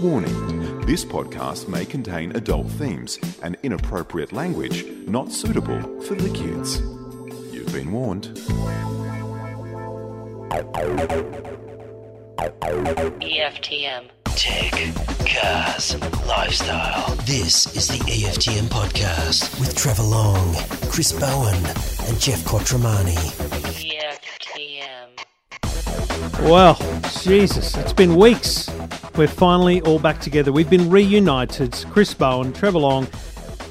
Warning This podcast may contain adult themes and inappropriate language not suitable for the kids. You've been warned. E EFTM. Tech, cars, lifestyle. This is the EFTM podcast with Trevor Long, Chris Bowen, and Jeff Quattromani. E EFTM. Well, Jesus, it's been weeks. We're finally all back together. We've been reunited. Chris Bowen, Trevor Long,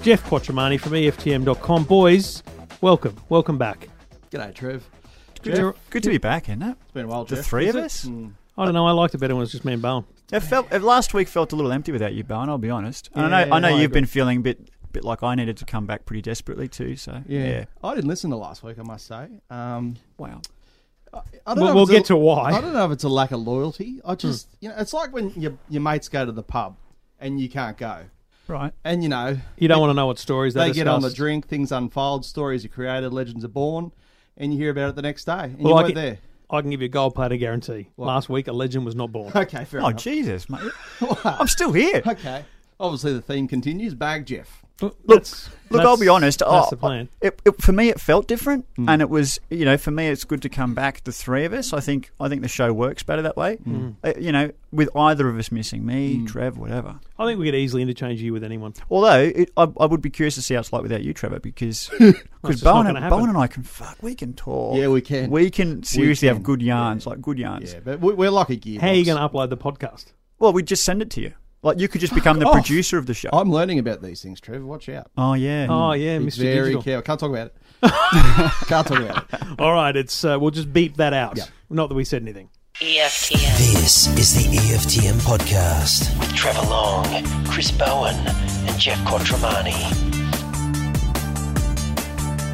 Jeff Quattromani from E EFTM.com. Boys, welcome. Welcome back. G'day, Trev. You're- Good to be back, isn't it? Been a while, The Jeff. three Is of it? Hmm. us. I don't know. I liked it better when it was just me and Bowen. It felt it, last week felt a little empty without you, Bowen. I'll be honest. And I Yeah, know I know I you've agree. been feeling a bit bit like I needed to come back pretty desperately too. So Yeah. I didn't listen to last week, I must say. Um, Wow. I don't We'll- know if we'll it's get a- to why. I don't know if it's a lack of loyalty. I just, you know, it's like when your, your mates go to the pub and you can't go. Right. And, you know, You don't want to know what stories they they get on the discussed. drink, things unfold, stories are created, legends are born, and you hear about it the next day. And Well, you I weren't can- there. I can give you a gold platter guarantee. Last week, a legend was not born. Okay, fair Oh enough. Jesus, mate. I'm still here. Look, Okay. Obviously, the theme continues. Bag Jeff. Look, look. I'll be honest. That's oh, the plan. It, it, for me, it felt different, Hmm. and it was you know for me it's good to come back. The three of us. I think I think the show works better that way. Hmm. Uh, you know, with either of us missing, me, Trev, whatever. I think we could easily interchange you with anyone. Although it, I, I would be curious to see how it's like without you, Trevor, because because just not Bowen, gonna and, happen. Bowen and I can fuck, we can talk. Yeah, we can. We can seriously can. have good yarns, like good yarns. Yeah, but we- we're lucky gear. How are you going to upload the podcast? Well, we just send it to you. Like you could just become the off. producer of the show. Oh. I'm learning about these things, Trevor. Watch out. oh yeah. Oh, yeah, Be Mr. Very Digital. careful. Can't talk about it. Can't talk about it. All right, it's uh, we'll just beep that out. Not that we said anything. E EFTM. This is the EFTM podcast with Trevor Long, Chris Bowen, and Jeff Quattromani.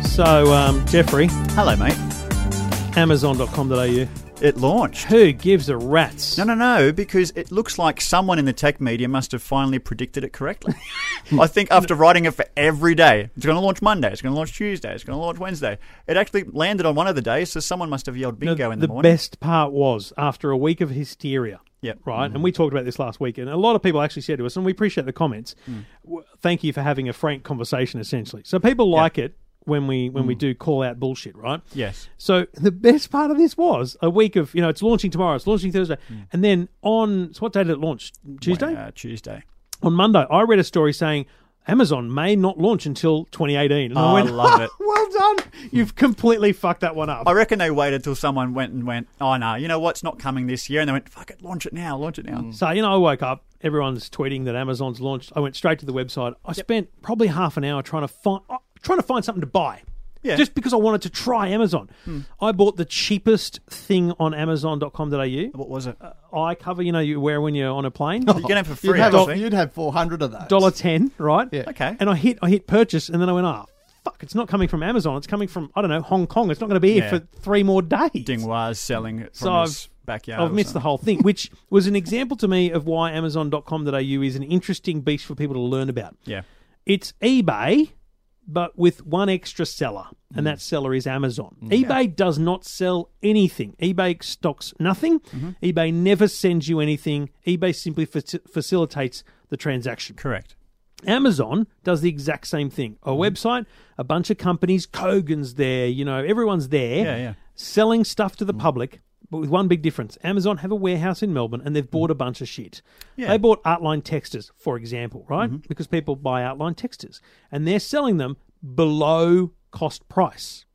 So, um, Jeffrey, Hello, mate. Amazon.com.au. It launched. Who gives a rat's? No, no, no, because it looks like someone in the tech media must have finally predicted it correctly. I think after writing it for every day, it's going to launch Monday, it's going to launch Tuesday, it's going to launch Wednesday. It actually landed on one of the days, so someone must have yelled No, bingo in the, the morning. best part was after a week of hysteria. Yep. Mm. Right. And we talked about this last week, and a lot of people actually said to us, and we appreciate the comments. Mm. w Thank you for having a frank conversation, essentially. So people like it when we when we do call out bullshit, right? Mm. Yes. So the best part of this was a week of you know it's launching tomorrow, it's launching Thursday, and then on so what day did it launch? Tuesday. Mm. Uh, Tuesday. on Monday, I read a story saying Amazon may not launch until 2018. And I Oh, went, love it. well done. You've completely fucked that one up. I reckon they waited till someone went and went, oh no, you know what's not coming this year, and they went, fuck it, launch it now, launch it now. So, you know, I woke up, everyone's tweeting that Amazon's launched. I went straight to the website. I spent probably half an hour trying to find uh, trying to find something to buy. Yeah. Hmm. Just because I wanted to try Amazon. I bought the cheapest thing on amazon.com.au. What was it? Uh, Eye cover, you know, you wear when you're on a plane. you can have it for You'd free. have, actually. you'd have 400 of those. dollar ten, right? Yeah. Okay. And I hit I hit purchase, and then I went, ah, fuck! It's not coming from Amazon. It's coming from I don't know Hong Kong. It's not going to be here Yeah. for three more days. Dingwas selling it from So his I've backyard. I've missed the whole thing, which was an example to me of why Amazon.com.au is an interesting beast for people to learn about. Yeah. It's eBay, but with one extra seller, and Mm. that seller is Amazon. eBay does not sell anything. eBay stocks nothing. Mm-hmm. eBay never sends you anything. eBay simply faci- facilitates the transaction. Correct. Amazon does the exact same thing. A Mm-hmm. website, a bunch of companies, Kogan's there, you know, everyone's there Yeah, Mm-hmm. yeah. selling stuff to the public, but with one big difference. Amazon have a warehouse in Melbourne and they've bought a bunch of shit. Mm-hmm. Yeah. Mm-hmm. They bought outline textures, for example, right? Because people buy outline textures and they're selling them below cost price.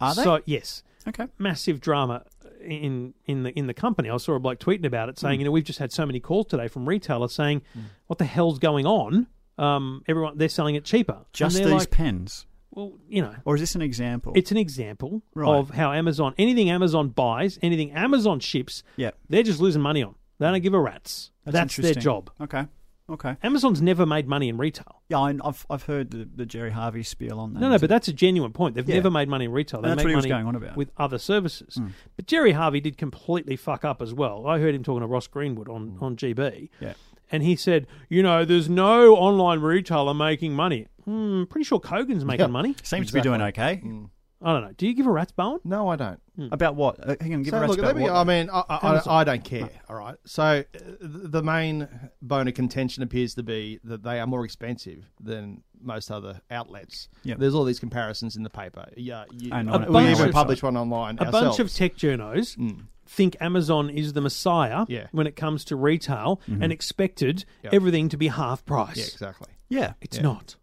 Are they? So, yes okay. massive drama in in the in the company. I saw a bloke tweeting about it, Mm. saying, "You know, we've just had so many calls today from retailers saying, what the hell's going on? Um, everyone they're selling it cheaper. And Just they're these like, pens. well, you know." Or is this an example? It's an example Right. of how Amazon, anything Amazon buys, anything Amazon ships, Yeah. they're just losing money on. They don't give a rat's. That's, their interesting. job. Okay. Okay. Amazon's never made money in retail. Yeah, I, I've, I've heard the, the Jerry Harvey spiel on that. No, no, but that's a genuine point. They've Yeah. never made money in retail. They And that's make what he was money going on about. Hmm. with other services. But Jerry Harvey did completely fuck up as well. I heard him talking to Ross Greenwood on, on GB, Hmm. Yeah. and he said, "You know, there's no online retailer making money. Hmm, pretty sure Kogan's making money. Seems to be doing okay. I don't know. Do you give a rat's bone? No, I don't. About what? Uh, hang on, give So a rat's look, about let me, what? I mean, I, I, I, I don't care. All right. So uh, th- the main bone of contention appears to be that they are more expensive than most other outlets. Yep. There's all these comparisons in the paper. Yeah, you, I know. uh, A we bunch even of- published one online. a bunch of tech journos Hmm. think Amazon is the messiah Yeah. when it comes to retail and expected Yeah. everything to be half price. yeah, exactly. Mm-hmm. yeah. It's not.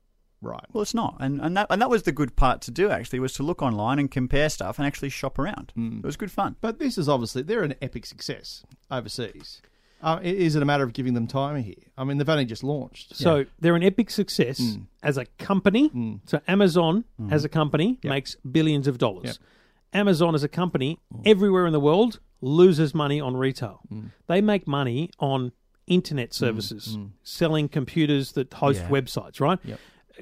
Right. Well, it's not, and and that and that was the good part to do actually was to look online and compare stuff and actually shop around. It was good fun. But this is obviously they're an epic success overseas. Uh, i- is it a matter of giving them time here? I mean, they've only just launched. So they're an epic success Hmm. as a company. So Amazon as a company makes billions of dollars. Amazon as a company Hmm. everywhere in the world loses money on retail. They make money on internet Hmm. services, selling computers that host websites, right?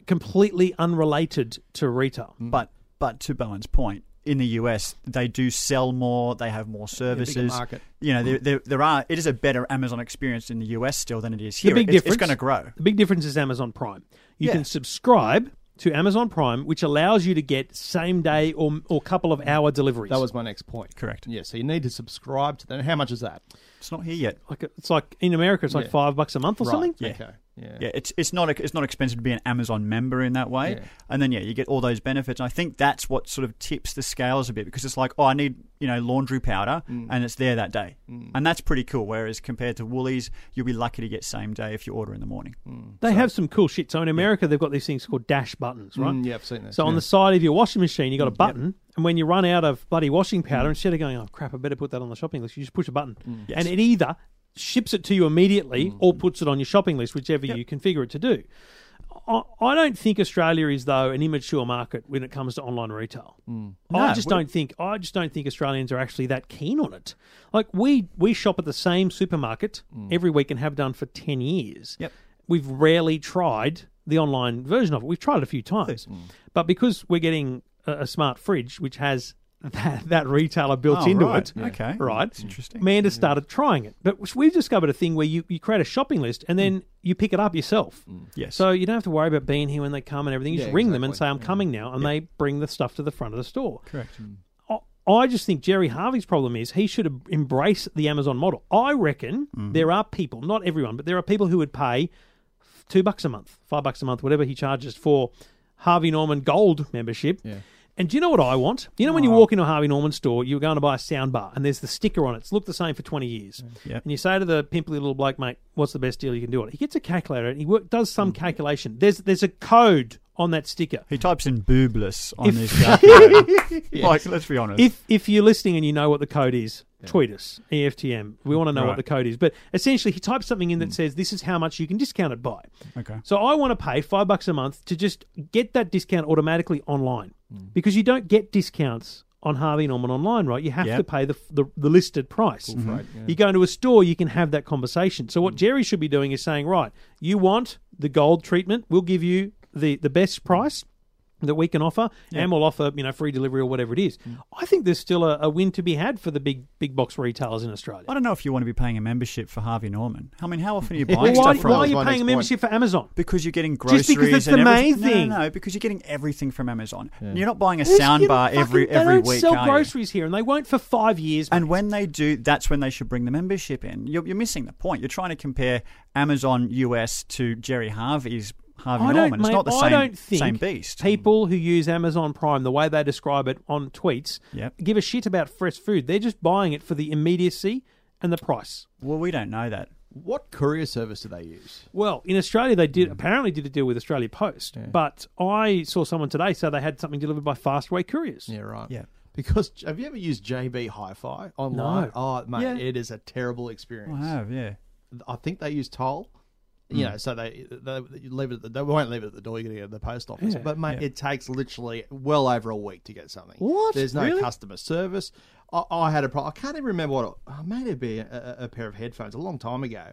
Completely unrelated to retail. But but to Bowen's point, in the US they do sell more, they have more services. market. You know, there, there, there are it is a better Amazon experience in the US still than it is here. big It's- it's difference- going to grow. The big difference is Amazon Prime. You Yeah. can subscribe to Amazon Prime, which allows you to get same day or or couple of hour deliveries. That was my next point. Correct. Yeah. So you need to subscribe to them. How much is that? It's not here yet. like it's like in America, it's like five bucks a month or something. Yeah. Okay. Yeah. Yeah, it's it's not it's not expensive to be an Amazon member in that way, Yeah. and then yeah, you get all those benefits. And I think that's what sort of tips the scales a bit because it's like, oh, I need you know laundry powder, Mm. and it's there that day, and that's pretty cool. Whereas compared to Woolies, you'll be lucky to get same day if you order in the morning. Mm. They have some cool shit. So in America, they've got these things called dash buttons, right? Mm, yeah, I've seen that. So on the side of your washing machine, you got a button, and when you run out of bloody washing powder, instead of going, "Oh crap, I better put that on the shopping list," you just push a button, and it either ships it to you immediately or puts it on your shopping list, whichever you configure it to do. I, I don't think Australia is though an immature market when it comes to online retail. I No, just we- don't think I just don't think Australians are actually that keen on it. Like we we shop at the same supermarket every week and have done for ten years. Mm. Yep. We've rarely tried the online version of it. We've tried it a few times, Mm. but because we're getting a, a smart fridge which has that, that retailer built Oh, into right. it, Yeah. Okay. right? That's interesting. Amanda started trying it, but we've discovered a thing where you, you create a shopping list and Mm. then you pick it up yourself. Yes. So you don't have to worry about being here when they come and everything. You Yeah, just ring them and say, exactly. I'm coming now, and they bring the stuff to the front of the store. correct. I, I just think Jerry Harvey's problem is he should em- embrace the Amazon model. I reckon there are people, not everyone, but there are people who would pay f- two bucks a month, five bucks a month, whatever he charges for Harvey Norman Gold membership. Yeah. And do you know what I want? You know when you walk into a Harvey Norman store, you're going to buy a sound bar and there's the sticker on it. It's looked the same for 20 years. Yep. And you say to the pimply little bloke, mate, what's the best deal you can do on it? He gets a calculator and he work, does some calculation. There's, there's a code on that sticker. He types in boobless on If- this. calculator. Like, let's be honest. If if you're listening and you know what the code is, tweet us E EFTM. We want to know what Right. Mm. the code is. But essentially, he types something in that says this is how much you can discount it by. okay. So I want to pay five bucks a month to just get that discount automatically online Mm. because you don't get discounts on Harvey Norman online, right? You have Yep. to pay the, the the listed price. Mm-hmm. You go into a store, you can have that conversation. So Mm. what Jerry should be doing is saying, right, you want the gold treatment, we'll give you the the best price that we can offer, and we'll offer you know free delivery or whatever it is. I think there's still a, a win to be had for the big big box retailers in Australia. I don't know if you want to be paying a membership for Harvey Norman. I mean, how often are you Well, buying why, stuff why from? are That was you my paying a next membership for Amazon? Because you're getting groceries Just because it's and the main everything. thing. No, no, no, because you're getting everything from Amazon. You're not buying a Who's gonna soundbar every fucking- they every don't week. sell are you? groceries here, and they won't for five years. And when they do, that's when they should bring the membership in. You're, you're missing the point. You're trying to compare Amazon US to Jerry Harvey's Harvey I Norman. don't, it's mate, not the I same don't think same beast. people who use Amazon Prime, the way they describe it on tweets, Yep. give a shit about fresh food. They're just buying it for the immediacy and the price. Well, we don't know that. what courier service do they use? Well, in Australia, they Mm. did apparently did a deal with Australia Post, but I saw someone today say they had something delivered by Fastway Couriers. Yeah, right. Yeah. Because have you ever used JB Hi-Fi online? No. Oh, mate, Yeah. it is a terrible experience. I have, yeah. I think they use toll. You know, so they they you leave it. At the, they won't leave it at the door. You got to go to the post office. But mate, it takes literally well over a week to get something. What? There's no Really? customer service. I, I had a problem. I can't even remember what. It, I made it be a, a- a pair of headphones a long time ago.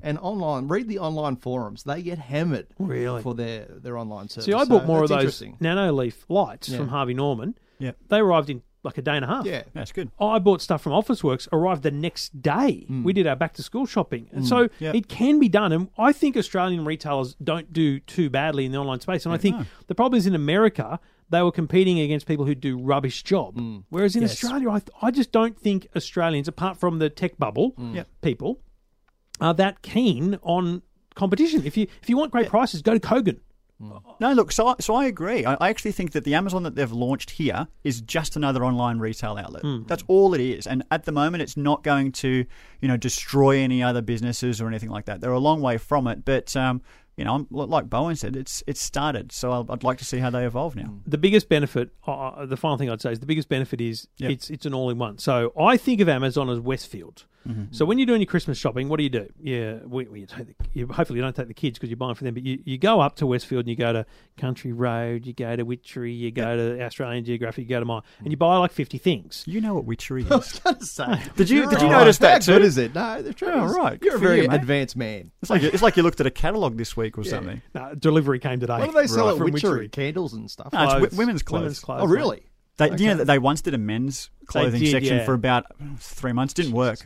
And online, read the online forums. They get hammered Really? for their their online service. See, I bought So more of that's those interesting. Nano Leaf lights from Harvey Norman. Yeah. They arrived in like a day and a half. Yeah. That's good. I bought stuff from Officeworks, arrived the next day. Mm. We did our back to school shopping. And so Yeah. it can be done. And I think Australian retailers don't do too badly in the online space. And I think the problem is in America, they were competing against people who do rubbish job. Mm. Whereas in Australia, I, I just don't think Australians, apart from the tech bubble Mm. people, are that keen on competition. If you if you want great prices, go to Kogan. No, look, so I, so I agree. I, I actually think that the Amazon that they've launched here is just another online retail outlet. Hmm. That's all it is. And at the moment, it's not going to, you know, destroy any other businesses or anything like that. They're a long way from it, but. Um, you know, I'm, like Bowen said, it's it's started, so I'll, I'd like to see how they evolve now. the biggest benefit, uh, the final thing I'd say is the biggest benefit is Yep. it's it's an all in one. So I think of Amazon as Westfield. So when you're doing your Christmas shopping, what do you do? Yeah, we, we take the, you, hopefully you don't take the kids because you're buying for them, but you, you go up to Westfield and you go to Country Road, you go to Witchery, you go to Australian Geographic, you go to mine, and you buy like 50 things. You know what witchery is? Say, Did you- you're did you right. notice that How good too? is it? No, the truth Yeah, is, right. Good You're a for very you, mate. advanced man. it's like it's like you looked at a catalog this week or something. No, delivery came today. What do they sell Right. at From Witchery? Candles and stuff. No, it's wi- Clothes. women's clothes. Women's clothes. oh, really? They, You know, that they once did a men's clothing did, section yeah. for about three months. Didn't work.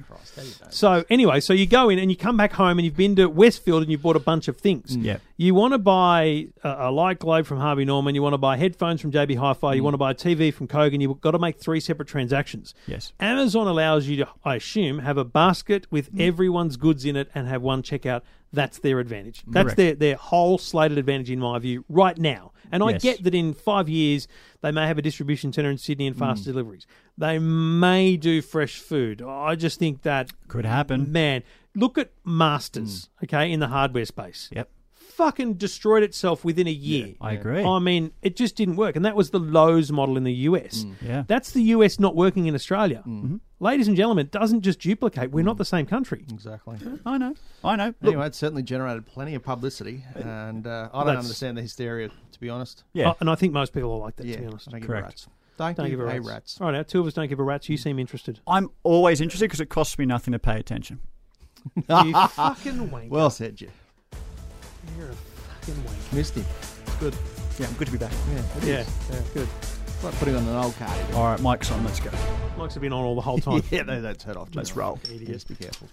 So anyway, so you go in and you come back home and you've been to Westfield and you've bought a bunch of things. Yep. You want to buy a, a light globe from Harvey Norman. You want to buy headphones from JB Hi-Fi. Mm. You want to buy a TV from Kogan. You've got to make three separate transactions. Yes. Amazon allows you to, I assume, have a basket with Mm. everyone's goods in it and have one checkout. That's their advantage. That's Correct. their, their whole slated advantage, in my view, right now. And I Yes. get that in five years, they may have a distribution centre in Sydney and fast Mm. deliveries. They may do fresh food. I just think that Could happen. man, look at Masters, okay, in the hardware space. Yep. Fucking destroyed itself within a year. I agree. I mean, it just didn't work. And that was the Lowe's model in the US. Yeah. Mm-hmm. That's the US not working in Australia. Ladies and gentlemen, it doesn't just duplicate. We're not the same country. Exactly. Hmm. I know. I know. Look, Anyway, it certainly generated plenty of publicity, and uh, I don't That's- understand the hysteria, to be honest. Yeah. Uh, and I think most people are like that, Yeah, to be honest. I don't give Correct. a rats. Don't, Don't give, give a a rat's. rats. All right, now two of us don't give a rat's. You seem interested. I'm always interested because it costs me nothing to pay attention. You fucking wank. Well said, Jeff. You're a fucking wank. Missed him. It's good. Yeah, I'm good to be back. Yeah, it is. Yeah, good. It's like putting on an old card. All right, mic's on. Let's go. Mike's have been on all the whole time. Yeah, no, that's head off. Let's generally. roll. Yes, be careful.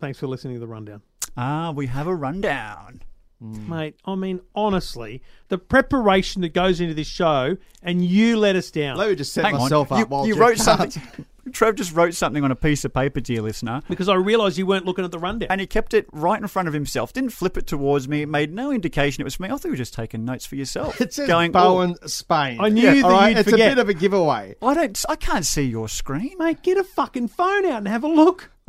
Thanks for listening to the rundown. Ah, we have a rundown. Mate, I mean, honestly, the preparation that goes into this show, and you let us down. Let me just set Hang myself on. up while you, you Jeff wrote can't. something. Trev just wrote something on a piece of paper, dear listener, because I realised you weren't looking at the rundown. and he kept it right in front of himself. Didn't flip it towards me. Made no indication it was for me. I thought you were just taking notes for yourself. It says Going, "Oh, Bowen, Spain. oh. I knew that all right? you'd It's forget. a bit of a giveaway. "Oh, I don't. I can't see your screen. Mate, get a fucking phone out and have a look.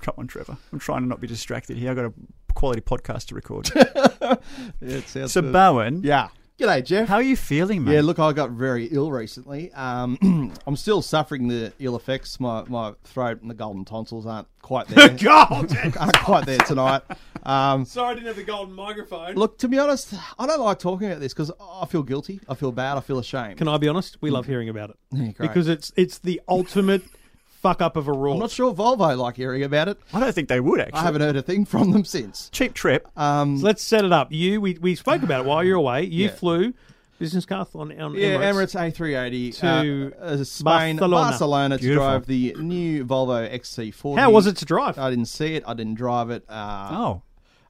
Come on, Trevor. I'm trying to not be distracted here. I've got a quality podcast to record. Yeah, it sounds so, good. Bowen, yeah. G'day, Jeff. how are you feeling, mate? Yeah, look, I got very ill recently. Um, I'm still suffering the ill effects. My my throat and the golden tonsils aren't quite there. aren't quite there tonight. Um, Sorry I didn't have the golden microphone. look, to be honest, I don't like talking about this because I feel guilty. I feel bad. I feel ashamed. Can I be honest? We love hearing about it. great. because it's it's the ultimate fuck up of a rule. I'm not sure Volvo like hearing about it. I don't think they would actually. I haven't heard a thing from them since. Cheap trip. Let's set it up. You, we, we spoke about it while you were away. You Yeah. flew business car on, on Yeah, Emirates. Emirates A380 To uh, uh, Spain, Barcelona. Barcelona, to drive the new Volvo XC40. How was it to drive? I didn't see it. I didn't drive it. Uh, oh,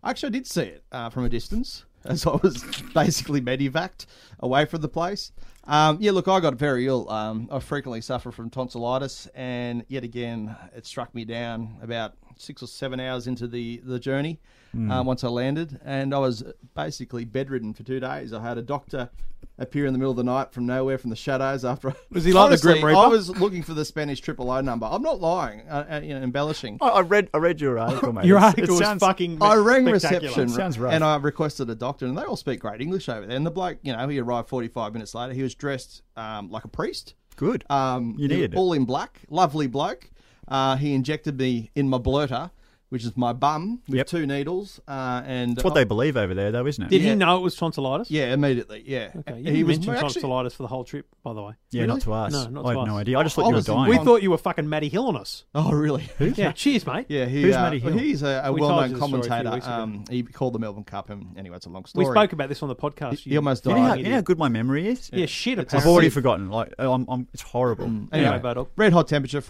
Actually, I did see it uh, from a distance as I was basically medevaced away from the place. Um, yeah, look, I got very ill. Um, I frequently suffer from tonsillitis, and yet again, it struck me down about six or seven hours into the, the journey Hmm. uh, once I landed. And I was basically bedridden for two days. I had a doctor appear in the middle of the night from nowhere from the shadows after Was he like the Honestly, Grim Reaper? I was looking for the Spanish triple O number. I'm not lying, uh, uh, you know, embellishing. I, I read. I read your article, mate. Your It's- article was it sounds- fucking. I rang spectacular. reception Sounds rough. and I requested a doctor, and they all speak great English over there. And the bloke, you know, he arrived 45 minutes later. He was dressed um, like a priest. Good. Um, You he was needed it. All in black. Lovely bloke. Uh, he injected me in my blurter, which is my bum, with Yep. two needles. Uh, and It's what they believe over there, though, isn't it? Did Yeah. he know it was tonsillitis? Yeah, immediately. Yeah. Okay, you he didn't was mention well, actually- tonsillitis for the whole trip, by the way. yeah, not to us. No, not I to had no us. idea. I just thought I you were was in- dying. We on- thought you were fucking Matty Hill on us. Oh, really? Yeah, cheers, mate. Yeah, he, Who's uh, Matty Hill? he's a, a We told you well-known the story a few commentator. weeks ago. Um, he called the Melbourne Cup, and anyway, it's a long We story. spoke about this on the podcast. He almost You know how, died. you know how good my memory is. Yeah, shit. I've Apparently. already forgotten. Like, I'm, I'm, it's horrible. Anyway, Anyway, Bodog. red hot temperature,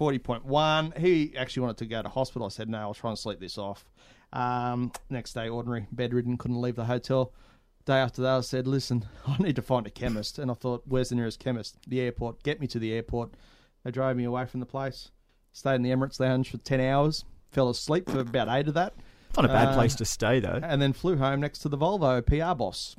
40.1. He actually wanted to go to hospital. I said, no, I'll try and sleep this off. Um, next day, ordinary, bedridden, couldn't leave the hotel. Day after that, I said, "Listen, I need to find a chemist." And I thought, "Where's the nearest chemist? The airport. Get me to the airport." They drove me away from the place. Stayed in the Emirates Lounge for ten hours. Fell asleep for about eight of that, It's not a bad Uh, place to stay though. and then flew home next to the Volvo PR boss.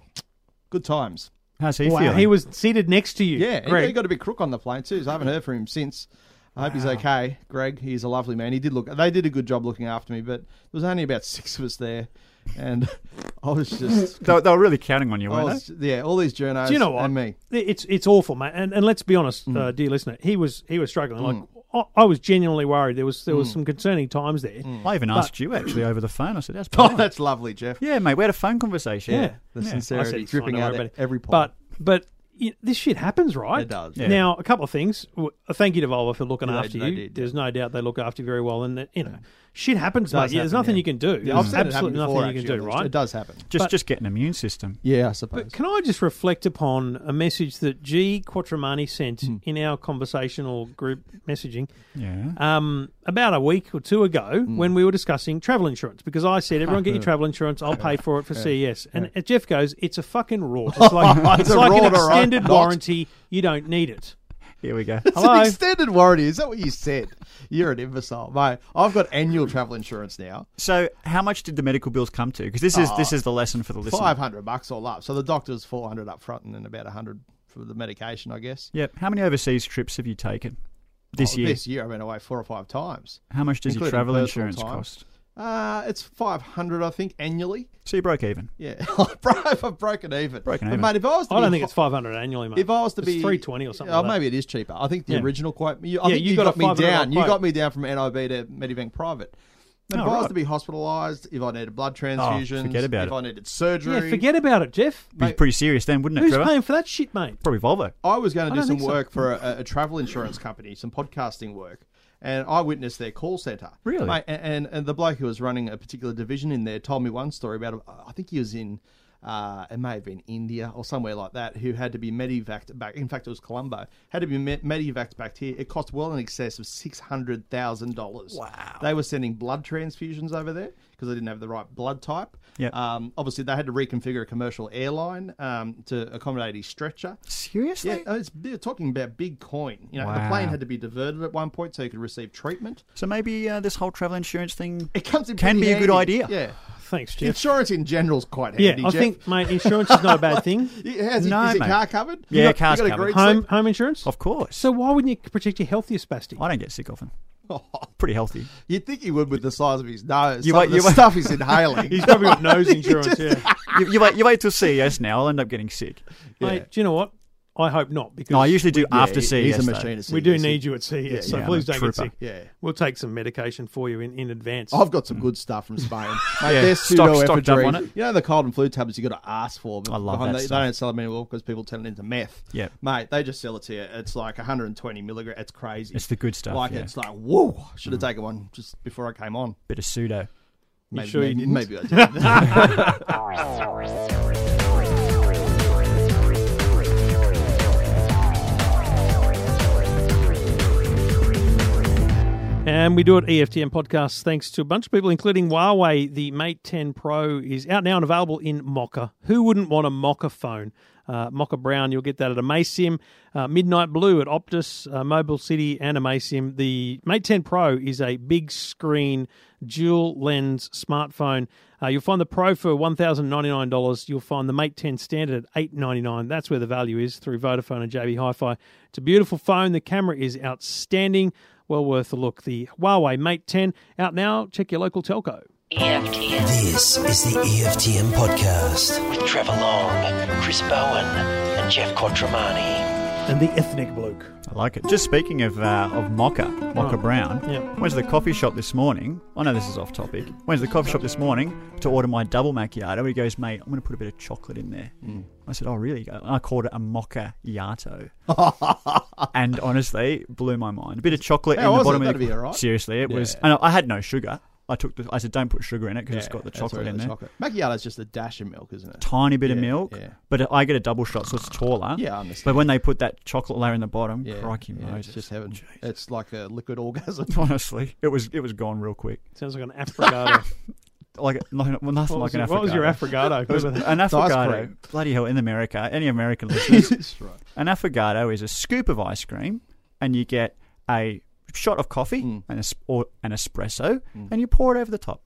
Good times. How's he Wow, feeling? he was seated next to you. Yeah, he- Greg. he got a bit crook on the plane too. So I haven't heard from him since. I hope he's okay, Greg. He's a lovely man. He did look. They did a good job looking after me, but there was only about six of us there, and I was just, they, they were really counting on you, I weren't was yeah, all these journalists Do you know what? and me. Mm. It's it's awful, mate. And, and let's be honest, uh, dear listener, he was he was struggling. Like I, I was genuinely worried. There was there Mm. was some concerning times there. they? I even asked you actually over the phone. I said, "That's Oh, polite." that's lovely, Jeff. yeah, mate. We had a phone conversation. Yeah. The I sincerity said it's dripping fine, out don't worry at about it. every point. But but you know, this shit happens, right? It does. Yeah. Now, a couple of things. W- uh, Thank you to Volvo for looking Yeah, they- after they you. did, There's no doubt they look after you very well, and that, you know, shit happens, mate. does Yeah, There's happen, nothing yeah. you can do. yeah, I've seen it happen absolutely before. nothing you can actually, do, at least. right? It does happen. Just But- just get an immune system. Yeah, I suppose. Can I just reflect upon a message that G Quattromani sent Hmm. in our conversational group messaging Yeah. um, about a week or two ago Hmm. when we were discussing travel insurance? Because I said, everyone get your travel insurance, I'll pay for it for CES. And Jeff goes, it's a fucking rort. It's like, it's a like an rort, all right. extended Not- warranty, you don't need it. Here we go. It's Hello? an extended warranty. Is that what you said? You're an imbecile, mate. I've got annual travel insurance now. So, how much did the medical bills come to? Because this is this is the lesson for the listener. Oh, Five hundred bucks all up. So the doctor's four hundred up front, and then about hundred for the medication, I guess. Yep. How many overseas trips have you taken this Oh, year? This year, I've been away four or five times. How much does your including travel personal insurance time. cost? Uh, it's five hundred, I think, annually. So you broke even. Yeah, I've bro- I've broken even. Broken But even. mate. If I was, to I don't be- think it's 500 annually, mate. If I was to It's be 320 or something oh, like that. maybe it is cheaper. I think the Yeah. original quote. You, I Yeah, think you you got got, a me $500 down. You quote. got me down from NIB to Medibank Private. If Oh, I was right. to be hospitalised, if I needed Oh, blood transfusions, forget about if it. I needed surgery, yeah, forget about it, Jeff. Be pretty serious then, wouldn't it, Who's Trevor? paying for that shit, mate? Probably Volvo. I was going I to don't do some think so. work for a, a travel insurance company, some podcasting work, and I witnessed their call center. Really? Mate, a- and, and the bloke who was running a particular division in there told me one story about. a- I think he was in. Uh, it may have been India or somewhere like that. Who had to be medevaced back? In fack, it was Colombo. Had to be me- medevaced back here. It cost well in excess of six hundred thousand dollars. Wow! They were sending blood transfusions over there because they didn't have the right blood type. Yep. Um, obviously, they had to reconfigure a commercial airline um, to accommodate his stretcher. Seriously? Yeah, uh, it's they're talking about big coin. You know, the plane Wow. had to be diverted at one point so you could receive treatment. So maybe uh, this whole travel insurance thing It comes in can pretty be a good handy. idea. Yeah, Thanks, Jeff. insurance in general is quite yeah, handy. I Jeff. think, mate, insurance is not a bad thing. Yeah, how's it- No, is it mate. car covered? Yeah, you got, car's you got a covered. great Home sleep? home insurance? Of course. So why wouldn't you protect your health, you spastic? I don't get sick often. Oh. Pretty healthy. You'd think he would with the size of his nose. You Some won't- of the you won't- stuff he's inhaling. He's probably got nose insurance, yeah. you, you wait. You wait till CES now. I'll end up getting sick. Mate, do you know what? I hope not, because No, I usually do after he's CES. a though. machinist. we he do is. need you at CES, so yeah, I'm please a don't trooper. get sick. Yeah. We'll take some medication for you in, in advance. I've got some good stuff from Spain. Mate, Yeah, yeah, stock- stocked up on it. You know the cold and flu tablets you got to ask for. I love behind that they, stuff. they don't sell them anymore because people turn it into meth. Yeah. mate, they just sell it to you. It's like 120 milligrams. It's crazy. It's the good stuff, Like yeah. Mm. it's like whoa. I Should have taken one just before I came on. Bit of pseudo. Maybe, sure you maybe, didn't? maybe I did. And we do it E EFTM podcasts thanks to a bunch of people, including Huawei. The Mate 10 Pro is out now and available in Mocha. Who wouldn't want a Mocha phone? Uh, Mocha Brown, you'll get that at Amasim. Uh, Midnight Blue at Optus, uh, Mobile City, and Amasim. The Mate 10 Pro is a big screen, dual lens smartphone. Uh, you'll find the Pro for $1,099. You'll find the Mate 10 Standard at $899. That's where the value is through Vodafone and JB Hi Fi. It's a beautiful phone. The camera is outstanding well worth a look. The Huawei Mate 10 out now. Check your local telco. E EFTM. This is the EFTM podcast with Trevor Long, Chris Bowen, and Jeff Quattromani. And the ethnic bloke. I like it. Just speaking of uh, of Mocha, Oh. Mocha Brown. yeah. Went to the coffee shop this morning. I know this is off topic. Went to the coffee shop this morning to order my double macchiato. He goes, mate, I'm going to put a bit of chocolate in there. Mm. I said, oh really? I called it a macchiato. and honestly, blew my mind. A bit of chocolate How in the was it? bottom of the. That'd be all right. Seriously, it was. Yeah. And I, I had no sugar. I took the. I said, don't put sugar in it because it's got the chocolate in there. Macchiato's just a dash of milk, isn't it? Tiny bit of Yeah, milk, yeah. but I get a double shot, so it's taller. Yeah, I understand. But when they put that chocolate layer in the bottom, crikey yeah, Moses. it's just heaven. having. It's like a liquid orgasm. Honestly, it was it was gone real quick. Sounds like an Africado. like like- well, nothing What was, like an your- Africano. what was your affogato? It was Remember that? an affogato. cream. Bloody hell! In America, any American listeners, That's right. an affogato is a scoop of ice cream, and you get a shot of coffee Hmm. and a, or an espresso, and you pour it over the top.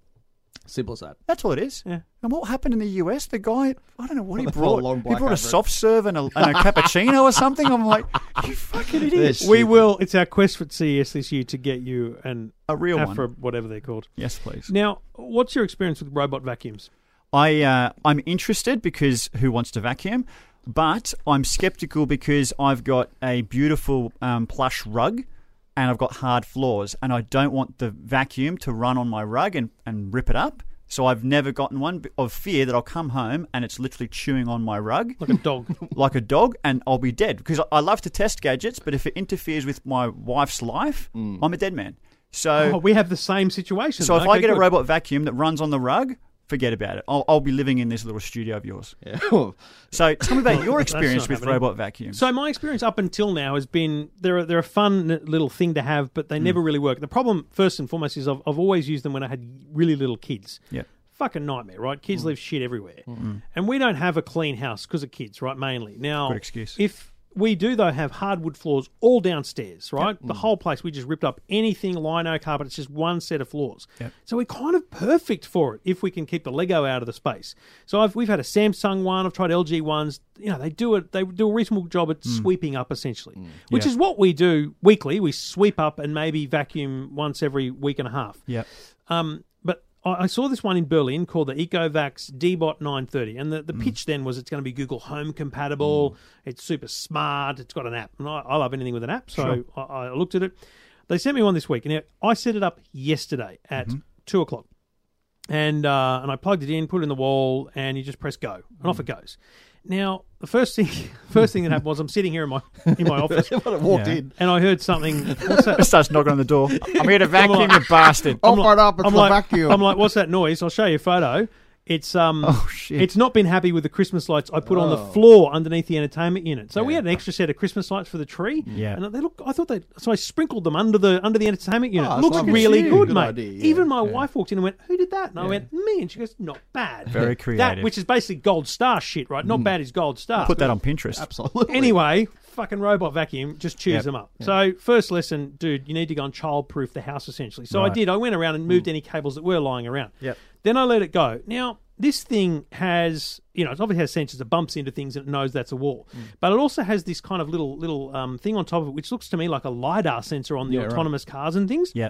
Simple as that. That's all it is. Yeah. And what happened in the US? The guy, I don't know what he Well, they brought brought. a long he black brought over a it. soft serve and a, and a cappuccino or something. I'm like, you fucking idiot. This- We will. It's our quest for CES this year to get you an A real Afro, one. whatever they're called. Yes, please. Now, what's your experience with robot vacuums? I uh, I'm interested because who wants to vacuum? But I'm skeptical because I've got a beautiful um, plush rug and I've got hard floors and I don't want the vacuum to run on my rug and, and rip it up. So I've never gotten one b- of fear that I'll come home and it's literally chewing on my rug Like a dog. like a dog and I'll be dead because I- I love to test gadgets, but if it interferes with my wife's life, I'm a dead man. So oh, we have the same situation. so if Okay, I get good. a robot vacuum that runs on the rug, forget about it. I'll, I'll be living in this little studio of yours. Yeah. So tell me about your that's experience not with happening. robot vacuums. So my experience up until now has been they're a- they're a fun little thing to have, but Mm. they never really work. The problem, first and foremost, is I've, I've always used them when I had really little kids. Yeah. Mm. Fucking nightmare, right? Kids leave shit everywhere, and we don't have a clean house because of kids, right? Mainly now. Good excuse. If we do though have hardwood floors all downstairs, right? The whole place we just ripped up anything lino carpet. It's just one set of floors. So we're kind of perfect for it if we can keep the Lego out of the space. So I've, we've had a Samsung one. I've tried LG ones. You know they do it. They do a reasonable job at sweeping up essentially, which Yeah. is what we do weekly. We sweep up and maybe vacuum once every week and a half. yeah, Um, but I, I saw this one in Berlin called the Ecovacs Dbot 930, and the, the pitch then was it's going to be Google Home compatible. It's super smart. It's got an app, and I, I love anything with an app, so I, I looked at it. They sent me one this week, and it- I set it up yesterday at two o'clock, and uh, and I plugged it in, put it in the wall, and you just press go, and off it goes. Now, the first thing first thing that happened was I'm sitting here in my in my office, When I walked Yeah. in, and I heard something. What's that? starts knocking on the door. I'm here to vacuum, you bastard. Oh. offer it up. It's I'm the like, vacuum. I'm like, what's that noise? I'll show you a photo. It's um, Oh, shit. it's not been happy with the Christmas lights I put on Oh. the floor underneath the entertainment unit. So we had an extra set of Christmas lights for the tree. Yeah. and they look. I thought they. So I sprinkled them under the under the entertainment unit. Oh, that's Looks lovely. really Good good, mate. idea, yeah. Even my wife walked in and went, "Who did that?" And I went, "Me." And she goes, "Not bad." Very That creative. which is basically gold star shit, right? Mm. Not bad is gold star. Put that on Pinterest. Absolutely. Anyway, fucking robot vacuum just chews Yep. them up. So first lesson, dude, you need to go and childproof the house essentially. So I Right. Mm. did. I went around and moved any cables that were lying around. Yep. Then I let it go. Now this thing has, you know, it obviously has sensors that bumps into things and it knows that's a wall. Mm. But it also has this kind of little little um, thing on top of it, which looks to me like a lidar sensor on the autonomous cars and things. Yeah,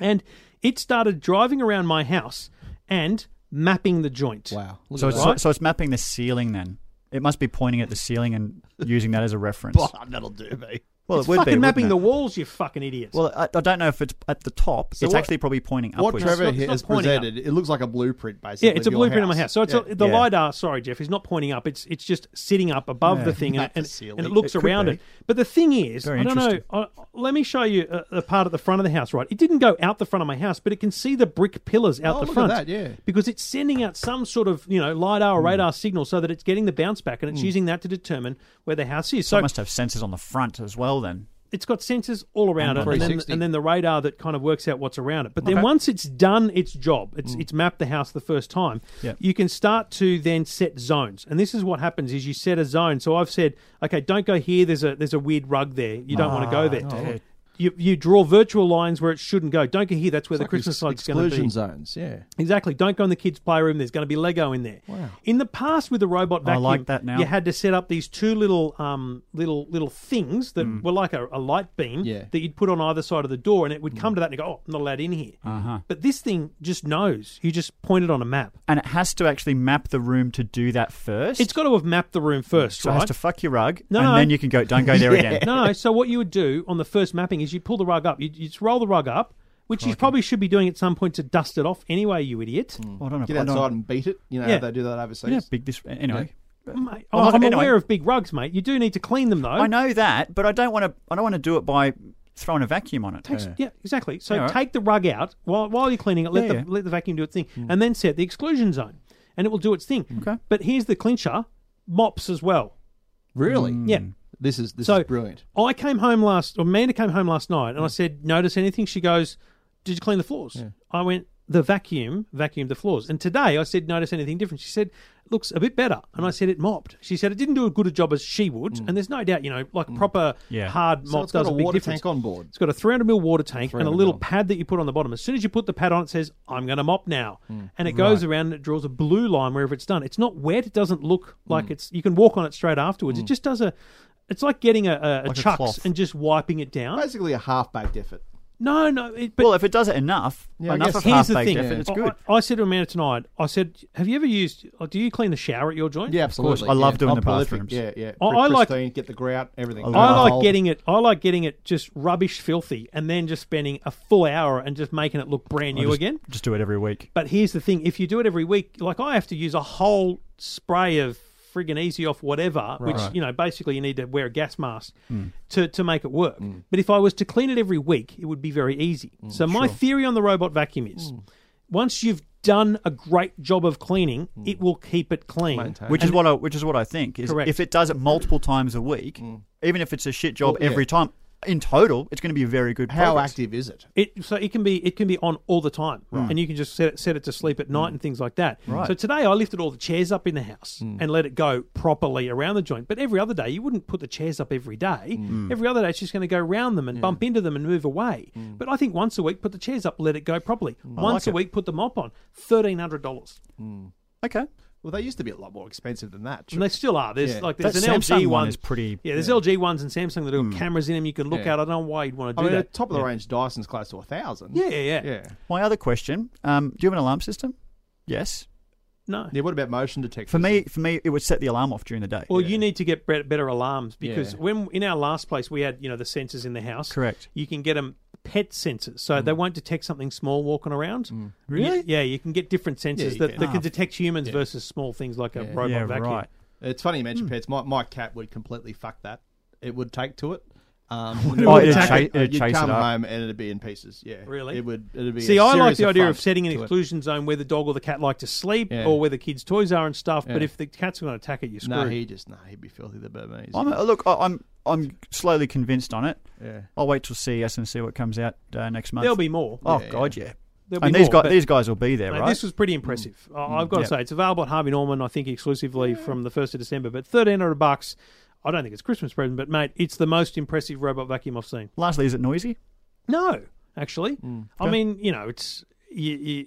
And it started driving around my house and mapping the joint. Wow. Look so at it's that. so, so it's mapping the ceiling then. It must be pointing at the ceiling and using that as a reference. Oh, that'll do me. well, It's it would fucking be, mapping the wouldn't it? walls, you fucking idiots. Well, I, I don't know if it's at the top. it's what- actually probably pointing What upwards. Trevor not- it's has not pointing up. presented, it looks like a blueprint, basically. Yeah, it's a of your blueprint of my house. So it's Yeah. a, the Yeah. lidar. Sorry, Jeff, is not pointing up. It's it's just sitting up above the thing, and, Not the and, ceiling. and it looks It could around be. it. But the thing is, Very I don't know. interesting. I, let me show you uh, the part at the front of the house. Right, it didn't go out the front of my house, but it can see the brick pillars out the Oh, look at front. that, yeah. Hmm. because it's sending out some sort of you know lidar or radar signal so that it's getting the bounce back, and it's using that to determine where the house is. So So it must have sensors on the front as well then. it's got sensors all around it, and then, 360. and then the radar that kind of works out what's around it. But then once it's done its job, it's it's mapped the house the first time. Yeah. You can start to then set zones, and this is what happens: is you set a zone. So I've said, okay, don't go here. There's a there's a weird rug there. You don't want to go there. You, you draw virtual lines where it shouldn't go. Don't go here. That's where the Christmas light's going to be. Exclusion zones, yeah. Exactly. Don't go in the kids' playroom. There's going to be Lego in there. Wow. In the past, with the robot I vacuum, like that now. you had to set up these two little, um, little, little things that Mm. were like a, a light beam Yeah. that you'd put on either side of the door, and it Mm. would come to that and go, "Oh, I'm not allowed in here." Uh-huh. But this thing just knows. You just point it on a map. And it has to actually map the room to do that first. It's got to have mapped the room first, So it right? has to fuck your rug, No, and no. then you can go. Don't go there again. no, no. So what you would do on the first mapping is you pull the rug up. You you just roll the rug up, which you probably should be doing at some point to dust it off anyway. You idiot. Well, I don't know. Get I don't- outside and beat it. You know Yeah. how they do that I don't know overseas. how big this. Anyway, Mate, Well, I'm, I'm anyway. aware of big rugs, mate. You do need to clean them though. I know that, but I don't want to. I don't want to do it by throwing a vacuum on it. Takes, yeah. exactly. So Yeah, all right. take the rug out while, while you're cleaning it. Let, Yeah, the, yeah. Mm. let the vacuum do its thing, and then set the exclusion zone, and it will do its thing. Okay. But here's the clincher: mops as well. Really? Mm. Yeah. This is Mm. this So- is brilliant. I came home Mm. last, or Amanda came home last night, and I said, "Notice anything?" She goes, "Did you clean the floors?" I went, the vacuum vacuumed the floors. And today I said, notice anything different? She said, looks a bit better. And I Mm. said, it mopped. She said, it didn't do as good a job as she would. And there's no doubt, you know, like proper Mm. Yeah. hard So mop it's got does a big water difference. tank on board. It's got a 300 mil water tank and a 300 little mil. pad that you put on the bottom. As soon as you put the pad on, it says, I'm going to mop now. Hmm. And it goes around and it draws a blue line wherever it's done. It's not wet. It doesn't look Hmm. like it's, you can walk on it straight afterwards. It just does a, it's like getting a, a, a Like a chucks cloth. and just wiping it down. Basically, a half baked effort. No, no. It, but well, if it does it enough, I enough guess- of Here's half the baked thing. effort, it's I- good. I, I said to Amanda tonight, I said, have you ever used, like, do you clean the shower at your joint? Yeah, course. absolutely. I love yeah. doing I'm the prolific. bathrooms. Yeah, yeah. I- I like- Pristine, get the grout, everything. love I like Whole- getting it. I like getting it just rubbish, filthy, and then just spending a full hour and just making it look brand new just, again. Just do it every week. But here's the thing: if you do it every week, like I have to use a whole spray of friggin' easy off whatever, which you know basically you need to wear a gas mask to to make it work. But if I was to clean it every week, it would be very easy. so my theory on the robot vacuum is, once you've done a great job of cleaning, it will keep it clean. Which is what I, which is what I think is Correct. if it does it multiple times a week, even if it's a shit Well, job Mm. Oh, yeah. every time, in total, it's going to be a very good. How progress. active is it? It so it can be it can be on all the time, and you can just set it, set it to sleep at night and things like that. Mm. Right. Mm. So today I lifted all the chairs up in the house and let it go properly around the joint. But every other day you wouldn't put the chairs up every day. Mm. Every other day it's just going to go round them and bump into them and move away. But I think once a week put the chairs up, let it go properly. once Mm. like a it. week put the mop on. Thirteen hundred dollars, Okay. Well, they used to be a lot more expensive than that. and they still are. There's Yeah. like there's That an Samsung LG one one is pretty- Mm. Yeah, there's LG ones and Samsung that have got cameras in them. You can look Yeah. at. I don't know why you'd want to I do mean, the that. top of the range Dyson's close to a thousand. Yeah, yeah, yeah, yeah. My other question: um, Do you have an alarm system? Yes. No. Yeah. What about motion detectors? For me, for me, it would set the alarm off during the day. Well, you need to get bet- better alarms because Yeah. when in our last place we had you know the sensors in the house. Correct. You can get them pet sensors, so they won't detect something small walking around. Really? You- yeah, you can get different sensors you that, can. that Ah. can detect humans versus small things like a robot yeah, vacuum. right. It's funny you Hmm. mentioned pets. My, my cat would completely fuck that. It would take to it. Um, Oh, it'd attack cha- it. it'd You'd chase it come up. home and it'd be in pieces. Yeah, Really? It would. It'd be. See, I I like the idea of setting an exclusion zone where the dog or the cat like to sleep Yeah. or where the kids' toys are and stuff. But Yeah. if the cat's going to attack it, you're No, screwed. nah, he just nah, he'd be filthy. The Burmese. I'm, look, I, I'm I'm slowly convinced on it. yeah. I'll wait till CES and see what comes out uh, next month. There'll be more. oh Yeah, god, yeah. There'll be And these more, guys, but- these guys will be there, Mate, right? This was pretty impressive. I I've got Yeah. to say, it's available at Harvey Norman, I think, exclusively from the first of December. But thirteen hundred bucks. I don't think it's Christmas present, but mate, it's the most impressive robot vacuum I've seen. Lastly, is it noisy? No, actually, I mean, you know, it's you, you,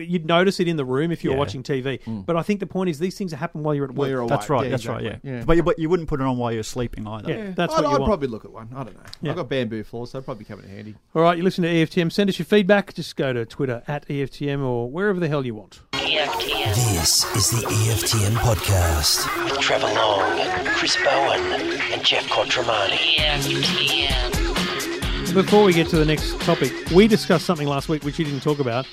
it, you'd notice it in the room if you're Yeah. watching TV. But I think the point is, these things happen while you're at work. We're That's awake. right. Yeah, that's right. exactly. Yeah. But you, but you wouldn't put it on while you're sleeping either. yeah, that's I'd, what you I'd want. probably look at one. I don't know. Yeah. I've got bamboo floors, so it'd probably come in handy. All right, you listen to E EFTM. Send us your feedback. Just go to Twitter at E EFTM or wherever the hell you want. E EFTM. This is the EFTM podcast with Trevor Long, Chris Bowen, and Jeff E Quattromani. EFTM. Before we get to the next topic, we discussed something last week which you didn't talk about.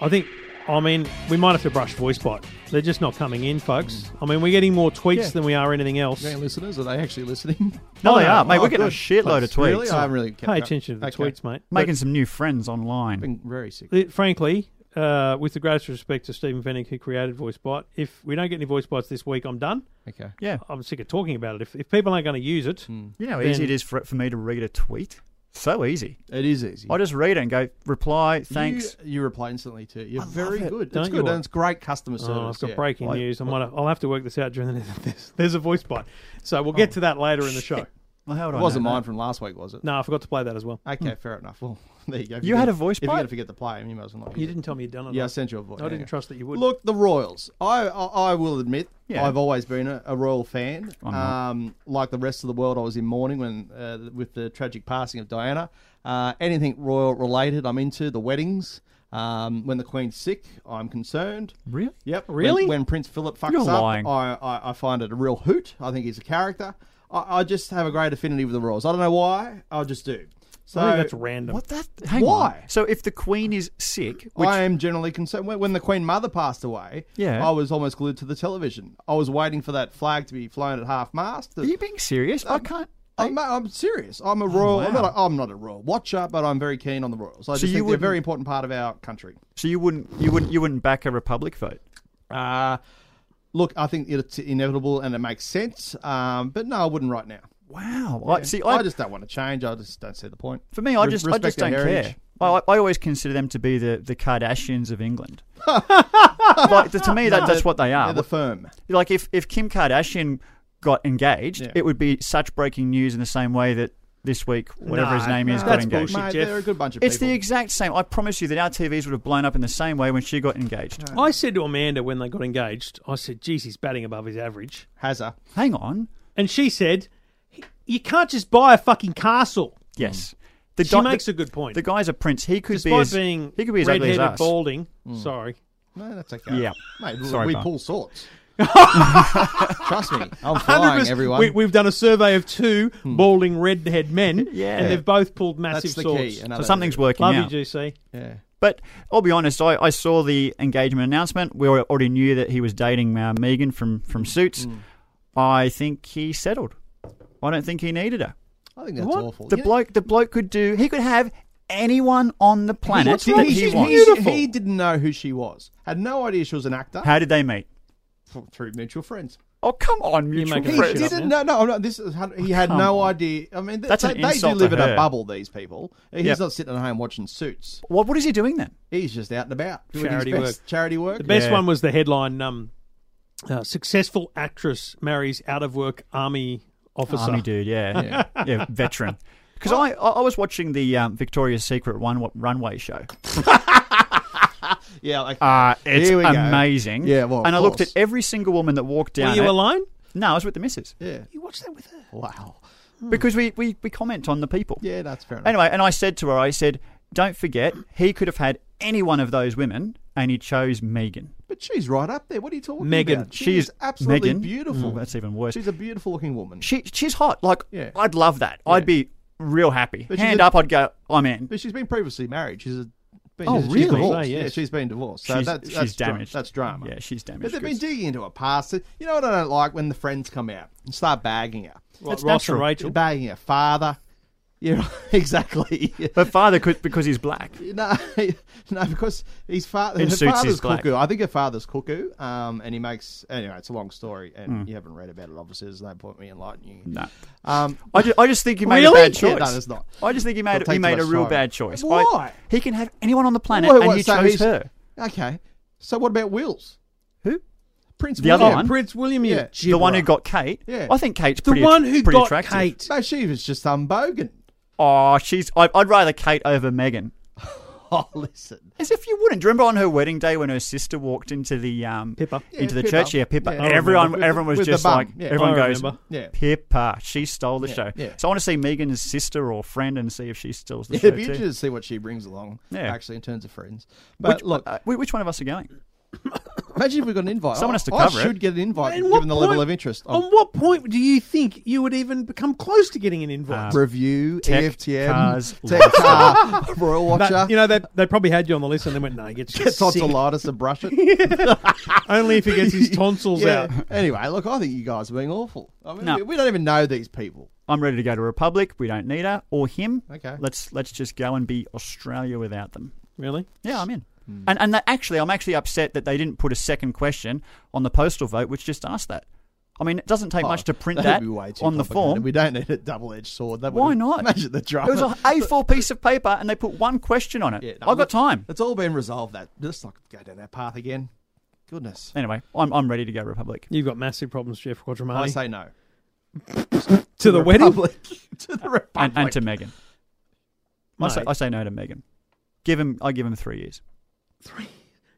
I think, I mean, we might have to brush VoiceBot. They're just not coming in, folks. I mean, we're getting more tweets Yeah. than we are anything else. Grand listeners, are they actually listening? No, they Oh, are, mate. Oh, we're getting a good. shitload of tweets. Really? I haven't really kept Pay up. attention to the Okay. tweets, mate. Making some new friends online. Been very sick. It- frankly, uh, with the greatest respect to Stephen Fennick, who created VoiceBot, if we don't get any VoiceBots this week, I'm done. Okay. Yeah. I'm sick of talking about it. If, if people aren't going to use it, You know how easy Then- it is for, for me to read a tweet? So easy. It is easy. I just read it and go, reply, thanks. You, you reply instantly too. You're I love very it, good. don't it's you? good and it's great customer service. Oh, I've got yeah. breaking Like- news. I might have, I'll have to work this out during the. There's, there's a voice bot, so Oh, we'll Oh. get to that later in the show. Well, how would It I wasn't know mine from last week, was it? eh? No, Hmm. I forgot to play that as well. Okay, fair enough. Well, there you go. If You you're had gonna- a voice If you're bite? going to forget the play, you might as well not. You didn't tell me you'd done it. Yeah, I I- sent you a voice. I didn't yeah. trust that you would. Look, the Royals. I I, I will admit, Yeah. I've always been a, a Royal fan. Uh-huh. I'm not. Um, like the rest of the world, I was in mourning when uh, with the tragic passing of Diana. Uh, anything Royal related, I'm into. The weddings. Um, when the Queen's sick, I'm concerned. that? Really? Yep. Really? When, when Prince Philip fucks You're up, lying. I, I, I find it a real hoot. I think he's a character. I, I just have a great affinity with the Royals. I don't know why. I just do. So I think that's random. What that? Hang Why? on. So if the queen is sick, which I am generally concerned. When, when the Queen Mother passed away, Yeah. I was almost glued to the television. I was waiting for that flag to be flown at half mast. are you being serious? I can't. I'm, I'm serious. I'm a royal. I'm, wow. not a, I'm not a royal watcher, but I'm very keen on the royals. I just you think they're a wouldn't- very important part of our country. So you wouldn't, you wouldn't, you wouldn't back a republic vote? Uh, look, I think it's inevitable and it makes sense. Um, but no, I wouldn't right now. Wow. I, see, I, I, just don't want to change. I just don't see the point. for me, I Re- just, I respect just our don't heritage. care. I, I always consider them to be the, the Kardashians of England. like, to me, that, that's what they are. They're the firm. like if if Kim Kardashian got engaged, Yeah. it would be such breaking news in the same way that this week whatever Nah, his name is nah, got that's engaged. bullshit. Mate, Jeff. they're a good bunch of It's the people. exact same. I promise you that our TVs would have blown up in the same way when she got engaged. I said to Amanda when they got engaged, I said, geez, he's batting above his average. Hazza. Hang on. And she said, you can't just buy a fucking castle. Yes. The Mm. She di- makes the, a good point. the guy's a prince. He could Despite be as, being he could be as ugly redheaded, as us. Hmm. balding, sorry. No, that's okay. Yeah. Mate, we- Sorry, we Bob. pull sorts. Trust me, I'm flying, 100%. everyone. We, we've done a survey of two balding redhead men, Hmm. Yeah. and they've both pulled that's massive the swords. key. So another- something's working Love out. you, GC. Yeah. But I'll be honest, I, I saw the engagement announcement. We al- already knew that he was dating uh, Megan from, from Suits. Mm. I think he settled. I don't think he needed her. I think that's What? awful. The You know, bloke, the bloke could do. He could have anyone on the planet What's wrong? that he She's wants. beautiful. He didn't know who she was. Had no idea she was an actor How did they meet? f- through mutual friends. Oh come on, mutual making He Friends. friends. shit up. didn't. No, no, I'm not. This is, he had Come no on. idea. I mean, th- That's they, an they do insult live to in a her. bubble. These people. He's Yep. not sitting at home watching suits. What what is he doing then? He's just out and about doing his Charity best. work. Charity work. The best Yeah. one was the headline: um, uh, "Successful actress marries out of work army officer." Army dude, yeah, yeah, yeah veteran. Because I, I I was watching the um, Victoria's Secret one, runway show. Yeah, like, Uh, it's Here we go. amazing. Yeah, well, of and I looked at course. every single woman that walked down. Were you it. alone? No, I was with the missus. yeah. You watched that with her. Wow. Because we, we, we comment on the people. Yeah, that's fair enough. Anyway, and I said to her, I said, don't forget, he could have had any one of those women, and he chose Megan. But she's right up there. What are you talking Megan. about? She She's is absolutely Megan. beautiful. Mm, that's even worse. She's a beautiful looking woman. She she's hot. Like Yeah. I'd love that. I'd be real happy. But she's Hand a- up, I'd go. I'm in. But she's been previously married. She's a been, Oh, she's really? divorced. Oh, yes. Yeah, she's been divorced. So she's that's, she's that's dra- damaged. that's drama. Yeah, she's But damaged. they've been goods. digging into her past. You know what I don't like when the friends come out and start bagging her, What, Ross That's and natural. Rachel. bagging her father. Yeah, exactly. Her father could because he's black. No, no, because his father, In her Suits, father's he's black. cuckoo. I think her father's cuckoo, um, and he makes anyway. It's a long story, and you haven't read about it. Obviously, there's no point in me enlightening you. Mm. No. Um, I just, I just think he made Really? a bad Yeah, choice. no, it's not. I just think he made It'll he take made too a much real time. bad choice. I- Why? he can have anyone on the planet, Wait, and what, you so chose he's- her. Okay, so what about Will's Who? Prince? The other William. one? Prince William, you Yeah. The The one who gibber. got Kate. Yeah. I think Kate's the pretty. one who pretty got attractive. Kate. No, she was just unbogan. Oh, she's. I, I'd rather Kate over Megan. Oh, listen. As if you wouldn't. Do you remember on her wedding day when her sister walked into the um Pippa. Yeah, into the Pippa. church? Yeah, Pippa. Yeah. I remember. Everyone, With the- everyone was with the just bum. like Yeah. everyone I goes. remember. Yeah. Pippa, she stole the show. yeah. So I want to see Megan's sister or friend and see if she steals the Yeah, show it'd be too. interesting to see what she brings along. Yeah. actually, in terms of friends. But which, look, uh, whi- which one of us are going? imagine if we got an invite. Someone has to I- cover I it. should get an invite And what given the level point- of interest. On what point do you think you would even become close to getting an Uh, invite? review, E Tech, EFTM, cars, tech car, Royal But, Watcher. you know, they, they probably had you on the list and then went, no, he gets, Get sick. tonsillitis and brush it. Only if he gets his tonsils out. Anyway, look, I think you guys are being awful. I mean, No. we, we don't even know these people. I'm ready to go to Republic. We don't need her or him. Okay. Let's let's just go and be Australia without them. Really? Yeah, I'm in. Hmm. And and that actually, I'm actually upset that they didn't put a second question on the postal vote, which just asked that. I mean, it doesn't take much to print That'd that Oh, be way too on the complicated. form. We don't need a double-edged sword. That Why would've- not? Imagine the drama. It was an A4 piece of paper, and they put one question on it. Yeah, no, I've look, got time. It's all been resolved. That let's not go down that path again. Goodness, Anyway, I'm, I'm ready to go Republic. You've got massive problems, Jeff I Quadramani. say no To the wedding? Republic. to the And, republic. and to Megan. I say, Mate. I say no to Megan. Give him, I give him three years.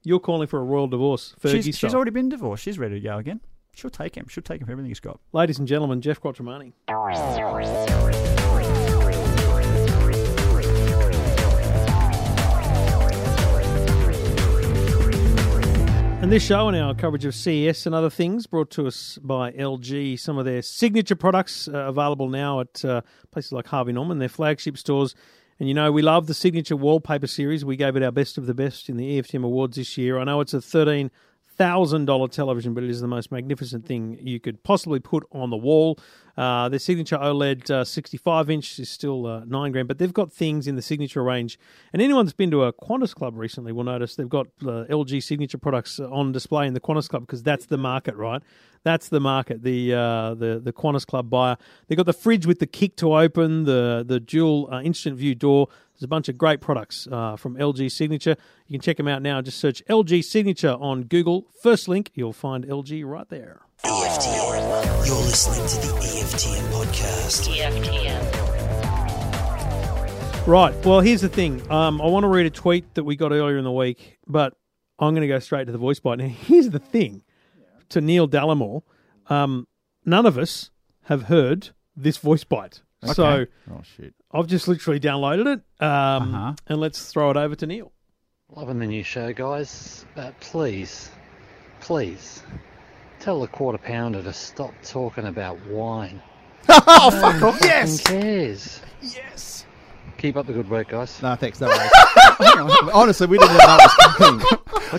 You're calling for a royal divorce, Fergie She's, style. she's already been divorced. She's ready to go again. She'll take him. She'll take him for everything he's got. Ladies and gentlemen, Jeff Quattromani. And this show and our coverage of CES and other things brought to us by LG. Some of their signature products uh, available now at uh, places like Harvey Norman, their flagship stores. And you know, we love the signature wallpaper series. We gave it our best of the best in the E EFTM Awards this year. I know it's a thirteen thousand dollar television, but it is the most magnificent thing you could possibly put on the wall. Uh, their signature OLED uh, 65 inch is still uh, nine grand, but they've got things in the signature range. And anyone that's been to a Qantas Club recently will notice they've got uh, LG signature products on display in the Qantas Club because that's the market, right? That's the market. The uh, the the Qantas Club buyer. They've got the fridge with the kick to open, the the dual uh, instant view door There's a bunch of great products uh, from LG Signature. You can check them out now. Just search LG Signature on Google. First link, you'll find LG right there. E EFTM. You're listening to the E EFTM podcast. E EFTM. Right. Well, here's the thing. Um, I want to read a tweet that we got earlier in the week, but I'm going to go straight to the voice bite. Now, here's the thing to Neil Dallimore. Um, none of us have heard this voice bite. So Oh shit! I've just literally downloaded it. Um, Uh-huh. And let's throw it over to Neil. Loving the new show, guys. But please, please, tell the quarter pounder to stop talking about wine. Oh, fuck off. Who Yes. cares? Yes. Keep up the good work, guys. No thanks. No worries. Hang on. Honestly, we didn't know that was coming.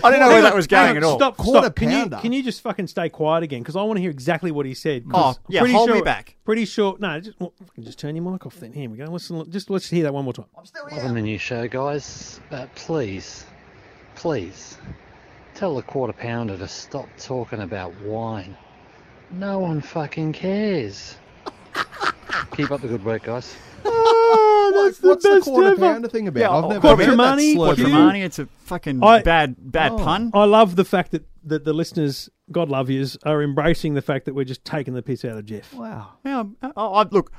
I didn't know where Hang that on, was hang on, going at all. Stop, Quarter stop. Can you, pounder. can you just fucking stay quiet again? Because I want to hear exactly what he said. 'cause Oh, I'm yeah, pretty hold me sure, back. Pretty sure. No, just, well, fucking just turn your mic off then. Here we go. Listen, just let's hear that one more time. Oh, Loving the new show, guys. But please, please, tell the quarter pounder to stop talking about wine. No one fucking cares. Keep up the good work, guys. Like, what's the best quarter ever. pounder thing about? Yeah, I've oh, never quarter heard that money, slur quarter before. Quadramani, it's a fucking I- Oh. bad, bad pun. I love the fact that, that the listeners, God love yous, are embracing the fact that we're just taking the piss out of Jeff. Wow. Yeah, I, I, look,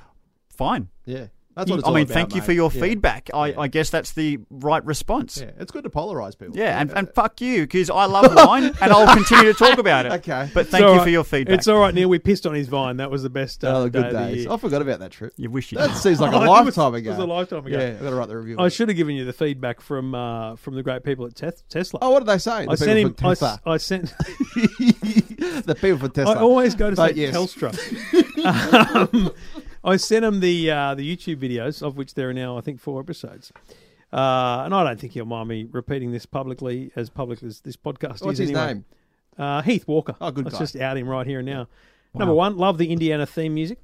fine. Yeah. That's what it's I all mean, about, thank you mate. for your Yeah. feedback. I, I guess that's the right response. Yeah, it's good to polarize people. Yeah, and, and fuck you, because I love wine and I'll continue to talk about it. Okay. But It's thank all you right. for your feedback. It's all right, Neil. We pissed on his vine. That was the best uh, Oh, the good day of the days. year. I forgot about that trip. you wish you That seems like a Oh, it was- lifetime it ago. was a lifetime ago. Yeah, I got to write the review. I should have given you the feedback from uh, from the great people at Teth- Tesla. oh, what did they say? The I sent him. people I, for Tesla. s- I sent. the people for Tesla. I always go to say But yes. Telstra. um, I sent him the uh, the YouTube videos, of which there are now I think four episodes. Uh, and I don't think he'll mind me repeating this publicly, as public as this podcast What's is. his anyway. name? Uh, Heath Walker. Oh, good Let's guy. just out him right here and now. Number one, love the Indiana theme music.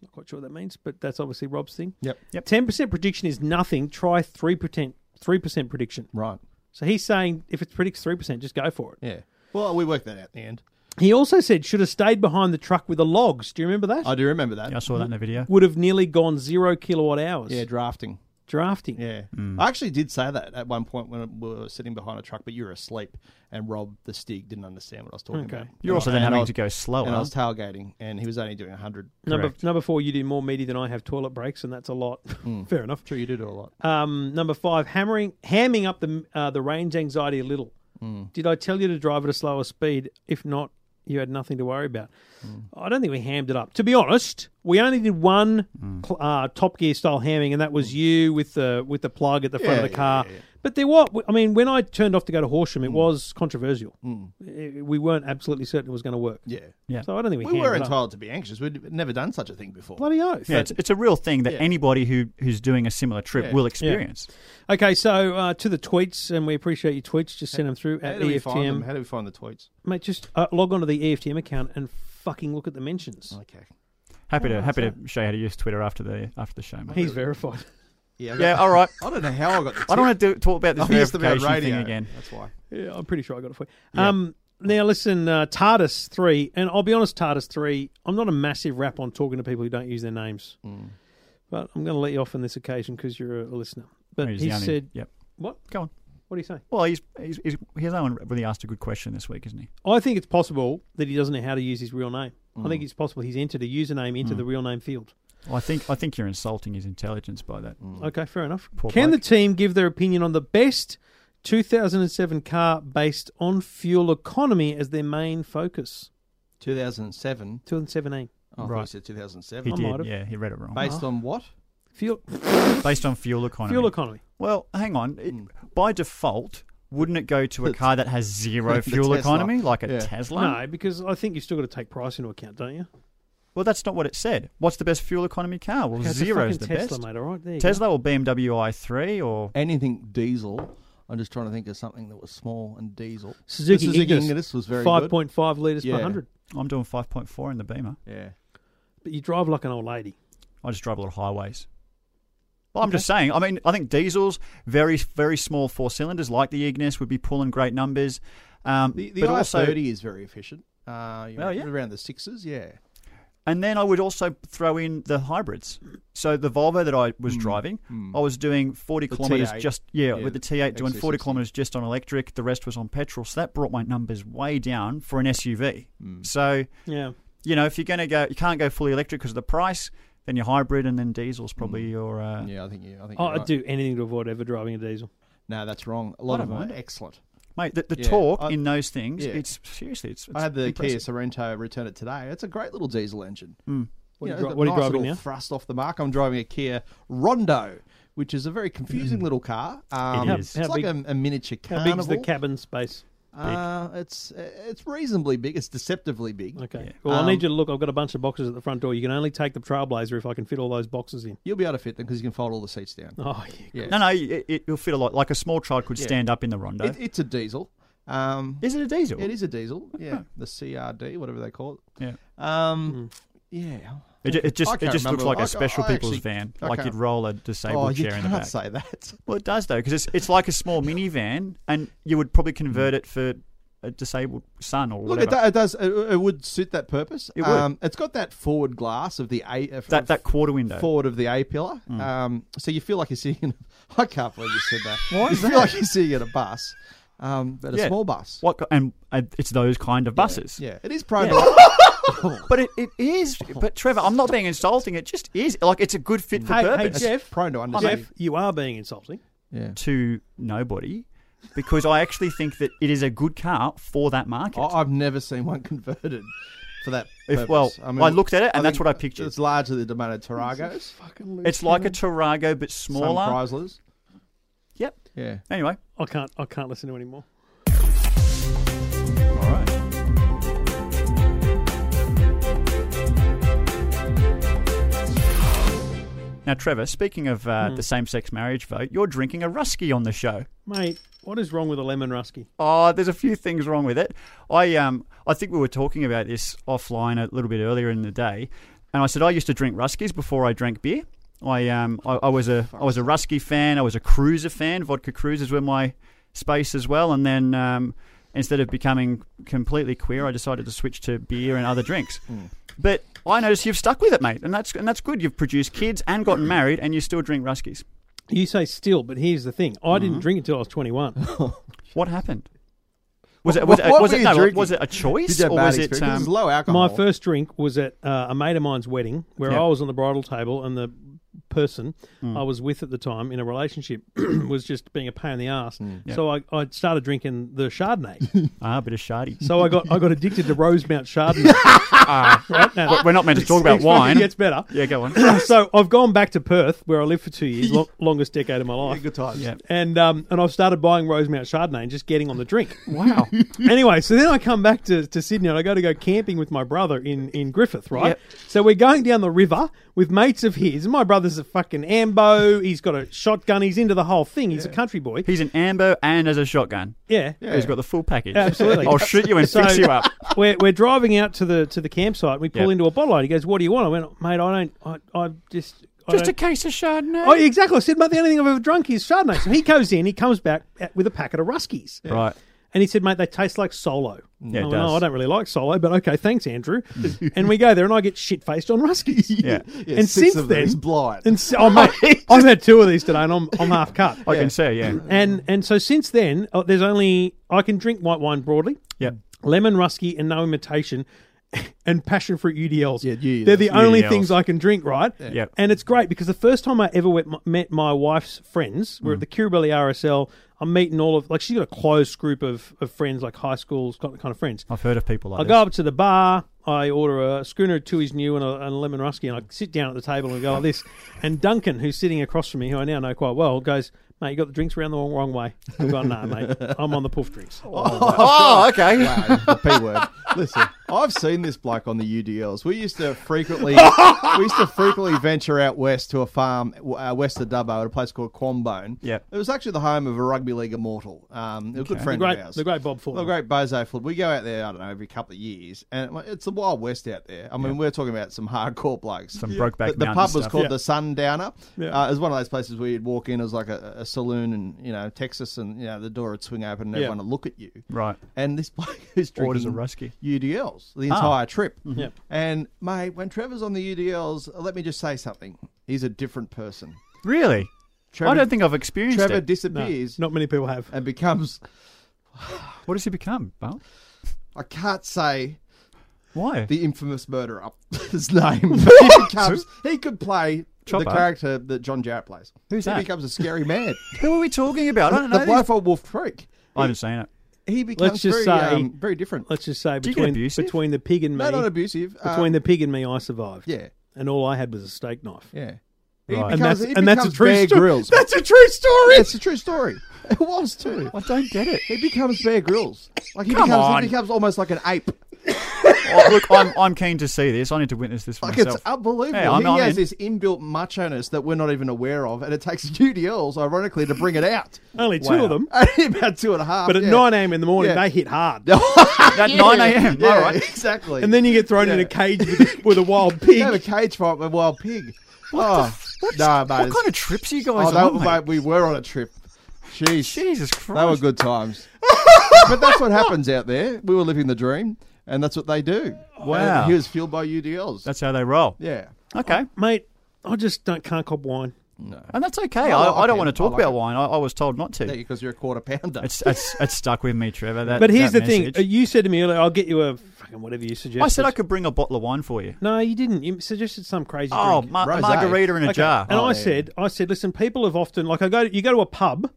Not quite sure what that means, but that's obviously Rob's thing. Yep. Yep. Ten percent prediction is nothing. Try three percent. Three percent prediction. Right. So he's saying if it predicts three percent, just go for it. Yeah. Well, we worked that out in the end. He also said should have stayed behind the truck with the logs. Do you remember that? I do remember that. I saw that in the video. Would have nearly gone zero kilowatt hours. Yeah, drafting. Drafting. Yeah. Mm. I actually did say that at one point when we were sitting behind a truck, but you were asleep, and Rob the Stig didn't understand what I was talking Okay. about. You're also And then I having was- to go And I slower. was tailgating, and he was only doing 100. Number Correct. number four, you do more meaty than I have toilet breaks, and that's a lot. Hmm. Fair enough. Sure, you do do a lot. Um, number five, hammering, hamming up the uh, the range anxiety a little. Mm. Did I tell you to drive at a slower speed? If not, you had nothing to worry about. Mm. I don't think we hammed it up. To be honest, we only did one Mm. cl- uh, Top Gear style hamming, and that was you with the with the plug at the front Yeah, Mm. of the car. But there were, I mean, when I turned off to go to Horsham, it was controversial. It- we weren't absolutely certain it was going to work. Yeah. Yeah. So I don't think we, We hammed were it up. entitled to be anxious. We'd never done such a thing before. uh, Bloody oath. Yeah, it's, it's a real thing that anybody who, who's doing a similar trip will experience. Okay, so uh, to the tweets, and we appreciate your tweets. Just send them through How at E do we find EFTM. them? How do we find the tweets? Mate, just uh, log onto the EFTM account and fucking look at the mentions. Okay. Happy to happy to show you how to use Twitter after the after the show. mate. He's verified. Yeah. I got- Yeah, all right. I don't know how I got the. I don't want to do, talk about this I'm used to verification about radio thing again. That's why. Yeah, I'm pretty sure I got it for you. Um, now, listen, uh, TARDIS 3, and I'll be honest, TARDIS 3, I'm not a massive rap on talking to people who don't use their names. But I'm going to let you off on this occasion because you're a listener. But He's he the only- said, "Yep, what? go on." What do you say? Well, he's he's, he's he's no one really asked a good question this week, isn't he? I think it's possible that he doesn't know how to use his real name. I think it's possible he's entered a username into the real name field. Well, I think I think you're insulting his intelligence by that. Okay, fair enough. Poor Can bloke. the team give their opinion on the best 2007 car based on fuel economy as their main focus? 2007. 2017 Oh, right. Right. I thought you said 2007. He I might have. did, yeah. He read it wrong. Based on what? fuel Based on fuel economy. fuel economy. well, hang on. It, By default, wouldn't it go to a car that has zero The fuel Tesla. economy, like a Yeah. Tesla? No, because I think you've still got to take price into account, don't you? Well, that's not what it said. What's the best fuel economy car? Well, Okay, it's a zero is the fucking Tesla, best. mate. All right, there you Tesla or BMW i3 or Anything diesel. I'm just trying to think of something that was small and diesel. Go. Suzuki, The Suzuki Ignis, Ignis was very good. 5.5 liters Yeah. per hundred. I'm doing 5.4 in the Beamer. Yeah. But you drive like an old lady. I just drive a lot of highways. Well, I'm just saying. I mean, I think diesels, very very small four cylinders like the Ignis, would be pulling great numbers. Um, The, the but i30 also, is very efficient. Uh, you're Oh, yeah? around the sixes, yeah. And then I would also throw in the hybrids. So the Volvo that I Hmm. was driving, I was doing 40 kilometers T8. just yeah, Yeah, with the T8 doing 40 XC60. kilometers just on electric, the rest was on petrol. So that brought my numbers way down for an SUV. Hmm. So, Yeah. you know, if you're going to go you can't go fully electric because of the price, then your hybrid and then diesel's probably Hmm. your uh, Yeah, I think you. I think. Oh, you're I'd right. do anything to avoid ever driving a diesel. No, that's wrong. A lot I of them don't are mind. excellent. mate, the, the Yeah, torque I- in those things, yeah. it's seriously it's, it's I had the impressive. Kia Sorento return it today. It's a great little diesel engine. What are You know, you, dri- the what are you nice driving little now? Thrust off the mark. I'm driving a Kia Rondo, which is a very confusing little car. Um, It is. It's How like big- a, a miniature How carnival. big's the cabin space? Uh, it's it's reasonably big. It's deceptively big. Okay. Well, Um, I need you to look. I've got a bunch of boxes at the front door. You can only take the Trailblazer if I can fit all those boxes in. You'll be able to fit them because you can fold all the seats down. Oh, yeah. No, no, it, it- it'll fit a lot. Like a small child could stand up in the Rondo. It, it's a diesel. Um, is it a diesel? it is a diesel. Yeah, the CRD, whatever they call it. Yeah. Um, yeah. It, ju- it just I it can't just looks remember. like I- a special I people's actually- van. I Like can't- you'd roll a Oh, disabled you chair in the can't back. say that. Well, it does though, because it's it's like a small minivan, and you would probably convert it for a disabled son or Look, whatever. it, do- it does. It, it would suit that purpose. It would. Um, it's got that forward glass of the A. of- that Mm. that quarter window. forward of the A pillar. Um, so you feel like you're sitting. I can't believe you said that. Why? You feel like you're sitting in a bus, um, but a Yeah. small bus. What and uh, it's those kind of buses. Yeah, it is prone. Yeah. To, But it, it is. But Trevor, I'm not being insulting. It just is. Like it's a good fit for Hey, hey, purpose Jeff. prone to understanding. Jeff, you are being insulting. Yeah. to nobody, because I actually think that it is a good car for that market. I, I've never seen one converted for that. If- purpose. well, I looked at it and that's think what I pictured. It's largely the domain of Tarragos, it's like Mm-hmm. a Tarago but some smaller. Chryslers. Yep. Yeah. Anyway. I can't. I can't listen to anymore. All right. Now, Trevor, speaking of uh, Mm-hmm. the same sex marriage vote, you're drinking a Rusky on the show. Mate, what is wrong with a lemon rusky? Oh, there's a few things wrong with it. I um, I think we were talking about this offline a little bit earlier in the day, and I said I used to drink Ruskies before I drank beer. I um, I, I was a I was a Rusky fan. I was a Cruiser fan. Vodka Cruisers were my space as well. And then um, instead of becoming completely queer, I decided to switch to beer and other drinks. But I noticed you've stuck with it, mate, and that's and that's good. You've produced kids and gotten married, and you still drink Ruskies. You say still, but here's the thing. I didn't drink until I was 21. What happened? Was it What- was it what was were it you no, drinking? was it a choice Did you have or bad was it experience? um, low alcohol. My first drink was at uh, a mate of mine's wedding where Yeah. I was on the bridal table and the person I was with at the time in a relationship was just being a pain in the ass. So I, I started drinking the Chardonnay. ah a bit of shardy? so I got I got addicted to Rosemount Chardonnay. right? Now, We're not meant to talk about it's fucking wine. gets better. Yeah, go on. so I've gone back to Perth where I lived for two years, lo- longest decade of my life. good times. Yeah. and um, and I've started buying Rosemount Chardonnay and just getting on the drink. Wow. anyway, so then I come back to, to Sydney and I go to go camping with my brother in, in Griffith, right? Yep. So we're going down the river with mates of his. My brother's a fucking ambo. He's got a shotgun. He's into the whole thing. He's a country boy. He's an ambo and as a shotgun. yeah. He's got the full package. Absolutely. I'll shoot you and So- fix you up. We're, we're driving out to the to the campsite. We pull Yep. into a bottle. He goes, "What do you want?" I went, "Mate, I don't. I, I just." I Just a don't- case of Chardonnay. Oh, exactly. I said, mate, the only thing I've ever drunk is Chardonnay. So he goes in, he comes back with a packet of Ruskies. Right. And he said, mate, they taste like Solo. I Yeah, it went, does. Mm. "Oh, I don't really like Solo, but okay, thanks, Andrew. and we go there, and I get shit faced on Ruskies. Yeah. Yeah, and six since of them then, is blind. and so, oh, mate, I've had two of these today, and I'm, I'm half cut. Oh, I can see, yeah. And and so since then, oh, there's only I can drink white wine broadly, Yep. lemon rusky, and no imitation. And passion fruit UDLs. Yeah, UDLs. They're the only UDLs. things I can drink, right? Yep. And it's great because the first time I ever went, met my wife's friends, we're at the Kirribilli RSL. I'm meeting all of, like, she's got a close group of, of friends, like high schools, kind of friends. I've heard of people like I this. go up to the bar. I order a schooner two is new and a, and a lemon rusky, and I sit down at the table and go like this. And Duncan, who's sitting across from me, who I now know quite well, goes, "Mate, you got the drinks around the wrong, wrong way." I've gone, "Nah, mate, I'm on the poof drinks." Oh, okay. Wow, the P word. Listen, I've seen this bloke on the UDLs. We used to frequently, we used to frequently venture out west to a farm uh, west of Dubbo at a place called Quambone. Yep. it was actually the home of a rugby league immortal, um, a good Okay. friend great, of ours. the great Bob Ford. The great bozo flip. We go out there, I don't know, every couple of years, and it- it's the wild west out there. I mean, we're talking about some hardcore blokes. Some The, Brokeback the Mountain pub was stuff. called Yeah. the Sundowner. Yeah. Uh, it was one of those places where you'd walk in as like a, a saloon in you know Texas, and you know the door would swing open and Yeah. everyone would look at you. Right. And this bloke who's drinking Orders a Rusky. UDLs. UDLs Ah. the entire trip. Yep. And mate, when Trevor's on the UDLs, let me just say something. He's a different person. Really? Trevor, I don't think I've experienced Trevor it. No, disappears not many people have. and becomes. what does he become? Well, I can't say why? the infamous murderer. His name. But he becomes. He could play Chopper. the character that John Jarrett plays. Who's he that? becomes a scary man. Who are we talking about? I don't know. the these- bloke from Wolf Creek. I haven't seen it. He becomes just very, say- um, very different. Let's just say Do you get between abusive? between the pig and me, No, not abusive. uh, between the pig and me, I survived. yeah, and all I had was a steak knife. yeah. He Right. And And becomes- that's he and that's a becomes true Bear story. Grylls. That's a true story. It's a true story. It was too. I don't get it. He becomes Bear Grylls. Like he Come becomes, on. he becomes almost like an ape. Oh, look, I'm, I'm keen to see this. I need to witness this for Like myself. it's unbelievable. Hey, I'm- he I'm has in. this inbuilt macho-ness that we're not even aware of, and it takes UDLs, ironically, to bring it out. Only two Wow. of them. Only about two and a half. But at Uh, yeah. 9 a.m. in the morning, Yeah. they hit hard. At 9 a.m. yeah, All right. exactly. And then you get thrown in a cage with a, with a wild pig. you have a cage fight with a wild pig. oh, What's- no, mate. what kind of trips are you guys Oh, that, on, mate? mate, we were on a trip. Jeez. Jesus Christ. They were good times. but that's what happens out there. We were living the dream, and that's what they do. Wow. And he was fueled by UDLs. That's how they roll. yeah. Okay. Mate, I just don't, can't cop wine. And that's okay. Oh, I, I okay. don't want to talk I like about it. wine. I, I was told not to. Because you're a quarter pounder. It's, it's, it's stuck with me, Trevor. That, But here's that the thing. message. Uh, You said to me earlier, I'll get you a fucking whatever you suggested. I said I could bring a bottle of wine for you. No, you didn't. You suggested some crazy Oh, drink. ma- Rosé. margarita in a Okay. jar. And I said, I said, listen, people have often, like I go, you go to a pub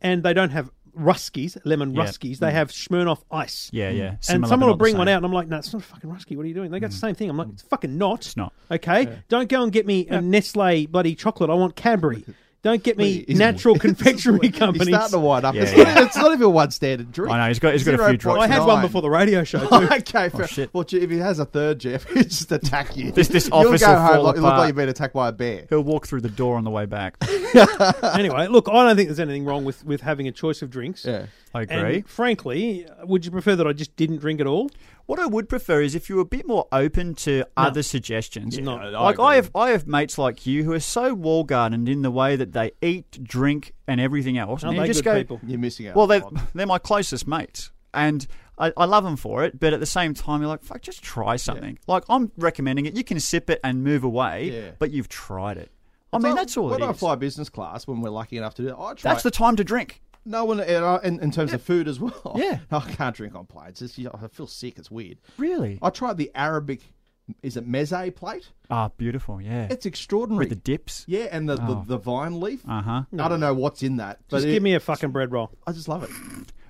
and they don't have ruskies, lemon Mm. Yeah. Mm. ruskies. They have Smirnoff ice. Yeah, yeah. and similar, but someone will not the bring one same. Mm. out, and I'm like, no, it's not a fucking Rusky. What are you doing? They got the same thing. I'm like, it's fucking not. It's not. Okay? Don't go and get me a Nestle bloody chocolate. I want Cadbury. Don't get me natural confectionery He's companies. starting to wind up. Yeah, it's, yeah. Not, it's not even one standard drink. I know, he's got- he's got a few drops. I had one 0.9. before the radio show, too. Oh, okay, fair. Oh, shit. Well, gee, if he has a third, Jeff, he'll just attack you. This- this You'll office go will home fall like, you look apart. like you've been attacked by a bear. He'll walk through the door on the way back. anyway, look, I don't think there's anything wrong with, with having a choice of drinks. Yeah. I agree. And frankly, would you prefer that I just didn't drink at all? What I would prefer is if you were a bit more open to other suggestions. No, I like I, have, I have mates like you who are so wall gardened in the way that they eat, drink, and everything else. Aren't and you they just good go, people? You're missing out. Well, they're, on- they're my closest mates. And I, I love them for it, but at the same time, you're like, fuck, just try something. Like, I'm recommending it. You can sip it and move away, Yeah. but you've tried it. I mean, that's all When it I is. fly business class, when we're lucky enough to do it, I try. That's the time to drink. No one and I- in, in terms of food as well. Yeah. I can't drink on planes. It's, you know, I feel sick. It's weird. Really? I tried the Arabic, is it meze plate? Ah, beautiful, yeah. It's extraordinary. With the dips. yeah, and the, Oh. the, the vine leaf. Uh huh. I don't know what's in that, but Just it- give me a fucking bread roll. I just love it.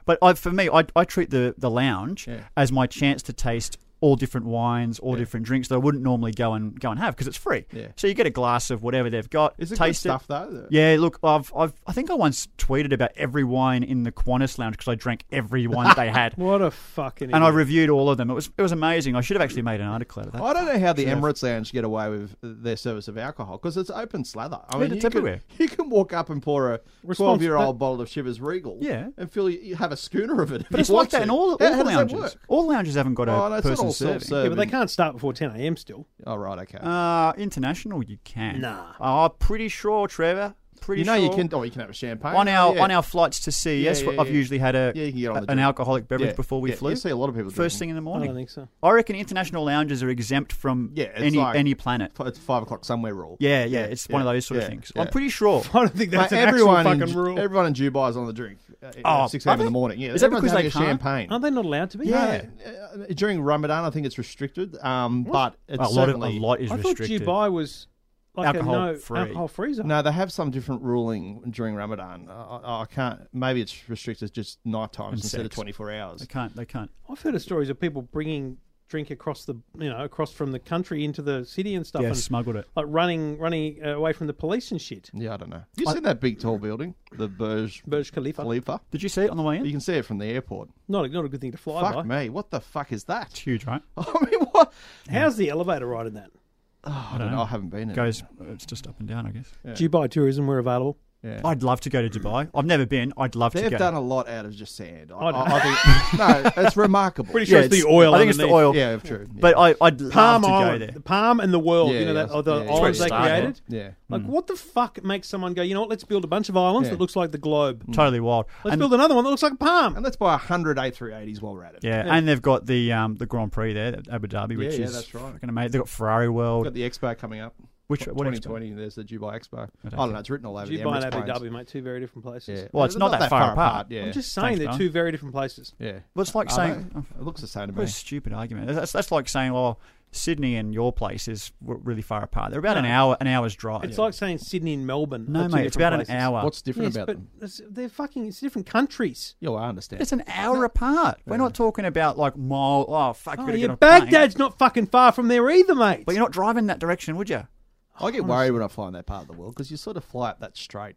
But I, for me, I, I treat the, the lounge Yeah. as my chance to taste all different wines, all different drinks that I wouldn't normally go and go and have because it's free. Yeah. So you get a glass of whatever they've got, Is it good taste it. stuff though? Yeah, look, I've, I've I think I once tweeted about every wine in the Qantas lounge because I drank every wine they had, What a fucking. and I idiot. reviewed all of them. It was it was amazing. I should have actually made an article out of that. I don't know how the Emirates Lounge get away with their service of alcohol because it's open slather. I mean, it's you can- everywhere. you can walk up and pour a Respons- twelve-year-old bottle of Shivers Regal, Yeah. and feel you, you have a schooner of it. if But you it's like want that to. in all, all How- how does that lounges. work? All lounges haven't got Oh, a no, it's not person all serving. self-serving. Yeah, but they can't start before 10 a.m. still. Oh right, okay. Uh, international, you can. Nah. Oh, pretty sure, Trevor. Pretty you know sure. you can. Oh, you can have a champagne on our Oh, yeah. on our flights to CES, Yeah, yeah, I've yeah. usually had a, Yeah, you can get on a- the an drink. alcoholic beverage Yeah, before we yeah, flew. You see a lot of people First thing drinking. in the I morning. don't think so. I reckon international lounges are exempt from Yeah, it's any like- any planet. It's five o'clock somewhere rule. Yeah, yeah, it's one of yeah, those sort of yeah, things. yeah. I'm pretty sure. I don't think Mate, that's an everyone, actual in, fucking rule. everyone in Dubai is on the drink uh, Oh, at six are a.m. in they? the morning. Yeah, Is that everyone's because they having a can't? champagne. Aren't they Um, not allowed to be? Yeah, uh, during Ramadan, I think it's restricted. Um, but it's A lot, of, a certainly- lot is I thought restricted. Dubai was like Alcohol a no free. alcohol free zone. No, they have some different ruling during Ramadan. I, I, I can't. Maybe it's restricted just night times instead of sex. twenty four hours. They can't. They can't. I've heard of stories of people bringing drink across the you know across from the country into the city and stuff, Yeah, and smuggled it. like running running uh, away from the police and shit. Yeah, I don't know. You seen that big tall building, the Burj Burj Khalifa, Khalifa? Did you see it on the way in? You can see it from the airport. not a, not a good thing to fly Fuck by. me, what the fuck is that? It's huge, right? I mean, what? How's the elevator ride in that? I don't know. I haven't been in. it. Goes. It's just up and down, I guess. Dubai tourism, we're available. Yeah. I'd love to go to Dubai. I've never been. I'd love to Mm. They've go. done a lot out of just sand. I, know. I, I think, no, it's remarkable. Pretty sure it's, the oil. I think it's the underneath. oil. Yeah, true. Yeah. But I, I'd love Palm to go Island, there. the palm and the world. Yeah, you know yeah, that oh, the yeah, yeah. islands they It's where it created. yeah. Like what the fuck makes someone go? You know what? Let's build a bunch of islands Yeah. that looks like the globe. Totally wild. Let's Hmm. And- build another one that looks like a palm. And let's buy 100 A380s while we're at it. Yeah, and they've got the um, the Grand Prix there, at Abu Dhabi, which Yeah, yeah, is that's right. fucking amazing. They've got Ferrari We've World. got the expo coming up. Which- what 2020? There's the Dubai Expo. I don't, know. It's written all Dubai over the and Emirates Abu planes. Dhabi, mate, two very different places. Yeah. Well, it's They're not that far apart. Yeah. I'm just saying Thanks, they're Don. two very different places. yeah. well, it's like Are saying oh, they? It looks the same to what me. a stupid argument. That's, that's like saying, well, Sydney and your place is w- really far apart. They're about an hour an hour's drive. It's like saying Sydney and Melbourne. no, are two mate, it's about different an places. hour. What's different Yes, about but them? it's- they're fucking. It's different countries. Yeah, well, I understand. it's an hour apart. We're not talking about like mile. Oh fuck, Oh, gotta yeah, get on a plane. Baghdad's not fucking far from there either, mate. But you're not driving that direction, would you? I get worried when I fly in that part of the world because you sort of fly up that straight,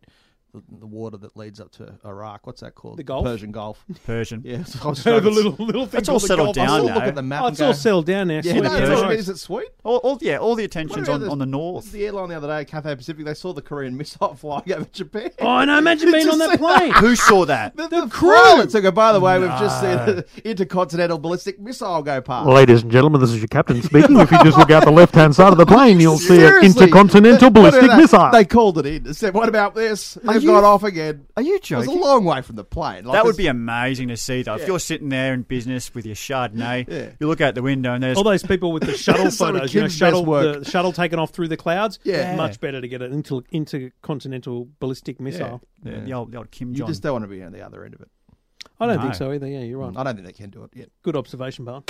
the, the water that leads up to Iraq. What's that called? The Gulf? Persian Gulf. Persian. Yeah, so I was the trying to- little little thing. That's all called the settled Gulf. I down still now. look at the map. Oh, and it's all go, settled down now. Yeah, sweet no, Sweet it's Persian. all Persian. right. is it sweet? All, all yeah, all the What attention's about on, on the north. The airline the other day, Cathay Pacific, they saw the Korean missile flying over Japan. Oh, I know. Imagine Did being you on see that plane. Who saw that? The, the, pilots that go, by the way, we've just seen the intercontinental ballistic missile go past. Ladies and gentlemen, this is your captain speaking. if you just look out the left hand side of the plane, you'll see an Seriously. intercontinental What about ballistic that? missile. They called it in and said, what about this? They've you- gone off again. Are you It was a joking? long way from the plane. Like, That would it's- be amazing to see, though. If you're sitting there in business with your Chardonnay, you look out the window and there's All those people with the shuttle Some of photos, you know, Kim's shuttle best work. the shuttle taken off through the clouds. Yeah. much better to get an inter- intercontinental ballistic missile. the, the old, the old Kim You Jong. just don't want to be on the other end of it. I don't No. think so either. Yeah, you're right. I don't think they can do it yet. Good observation, Barn.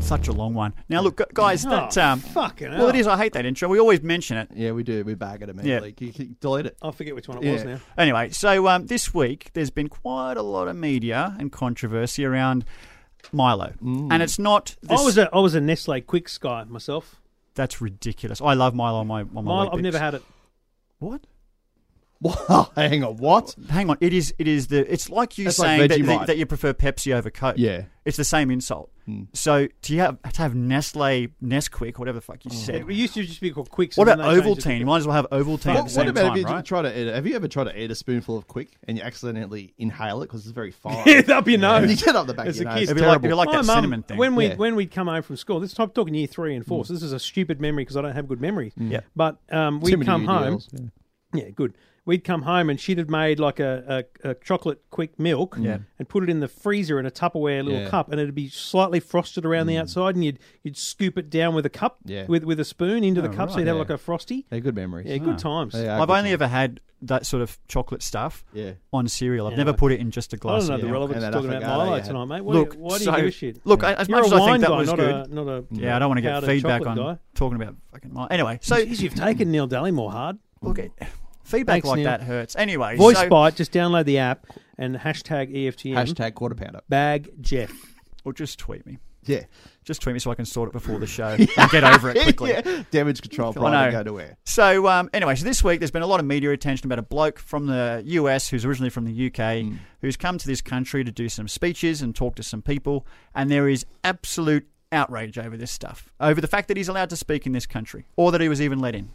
Such a long one. Now, look, gu- guys, that. Oh, Um, fucking well, it hell. is. I hate that intro. We always mention it. Yeah, we do. We bag it immediately. You can delete it. I forget which one it was Yeah. now. Anyway, so um, this week there's been quite a lot of media and controversy around Milo, and it's not. This, I was a I was a Nestle Quick Sky myself. that's ridiculous. I love Milo on my on my. Mine, I've Weet-Bix. never had it. What? Wow, hang on, what? Hang on. It is. It is the. It's like you That's like saying that, Vegemite. that, that you prefer Pepsi over Coke. Yeah. It's the same insult. Hmm. So to have to have Nestle Nesquik, whatever the fuck you said. It used to just be called Quicks. What and about then they changed it to Ovaltine? You might as well have Ovaltine at What, the what same about if time, you right? try to eat, have you ever tried to eat a spoonful of quick and you accidentally inhale it because it's very fine? Quick. Yeah, up your nose. You get up the back As of your a nose. kid. It's It'd be like, it'd be terrible. like My that mum, cinnamon thing. When we Yeah. when we'd come home from school, this I'm talking year three and four, so this is a stupid memory because I don't have good memories. Yeah. But um, Too we'd many come home. UDLs, yeah. Yeah, good. We'd come home and she'd have made like a, a, a chocolate quick milk and put it in the freezer in a Tupperware little Yeah. cup and it'd be slightly frosted around the outside and you'd you'd scoop it down with a cup Yeah. with with a spoon into the cup so Oh, right, you'd have yeah. like a frosty. They're good memories. Yeah, good times. They are I've good only ever had that sort of chocolate stuff Yeah. on cereal. I've never put it in just a I glass. don't know of the milk. relevance And of that talking I about forgot I Milo had. tonight, mate. Why, Look, do you- why do so- you give a shit? Look, I- as You're much as a I wine think that guy, was not good. a not a Yeah, I don't want to get powdered feedback on chocolate guy. talking about fucking my. Anyway, so Jeez, you've taken Neil Dallimore hard. look, it- feedback Thanks, like Neil. that hurts. Anyway, Voice so, bite. Just download the app and hashtag E EFTM. Hashtag quarter pounder. Bag Jeff. or just tweet me. Yeah. Just tweet me so I can sort it before the show and get over it quickly. yeah. Damage control. I Probably know. go to where? So, um, anyway, so this week there's been a lot of media attention about a bloke from the US who's originally from the UK who's come to this country to do some speeches and talk to some people, and there is absolute outrage over this stuff, over the fact that he's allowed to speak in this country or that he was even let in.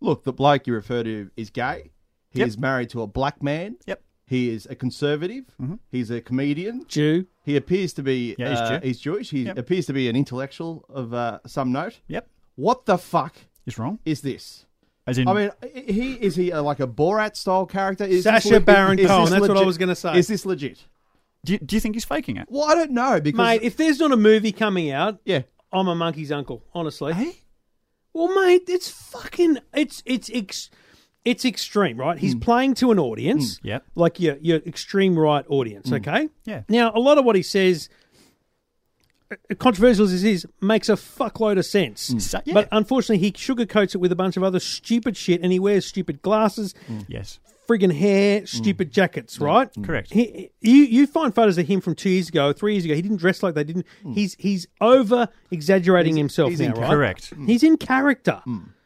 Look, the bloke you refer to is gay. He Yep. is married to a black man. Yep. He is a conservative. He's a comedian. Jew. He appears to be. Mm-hmm. uh, Yeah, he's Jew. Jewish. He Yep. appears to be an intellectual of uh, some note. Yep, What the fuck he's wrong. is this? As in, I mean, i- he is he a, like a Borat style character? Is Sacha this Baron is this Cohen, that's what I was gonna say. Is this legit? do you, do you think he's faking it? Well, I don't know because Mate, if there's not a movie coming out, yeah, I'm a monkey's uncle, honestly. Hey? Well, mate, it's fucking it's it's ex, it's extreme, right? He's playing to an audience, Hmm. Yep. Hmm. like your your extreme right audience. Okay, Yeah. Now, a lot of what he says, uh, controversial as it is, makes a fuckload of sense. Mm. So- yeah. But unfortunately, he sugarcoats it with a bunch of other stupid shit, and he wears stupid glasses, Yes. friggin' Mm. hair, stupid jackets, right? Correct. He, you you find photos of him from two years ago, three years ago. He didn't dress like they Mm. didn't. He's he's over exaggerating himself he's now, in right? Correct. Mm. He's in character.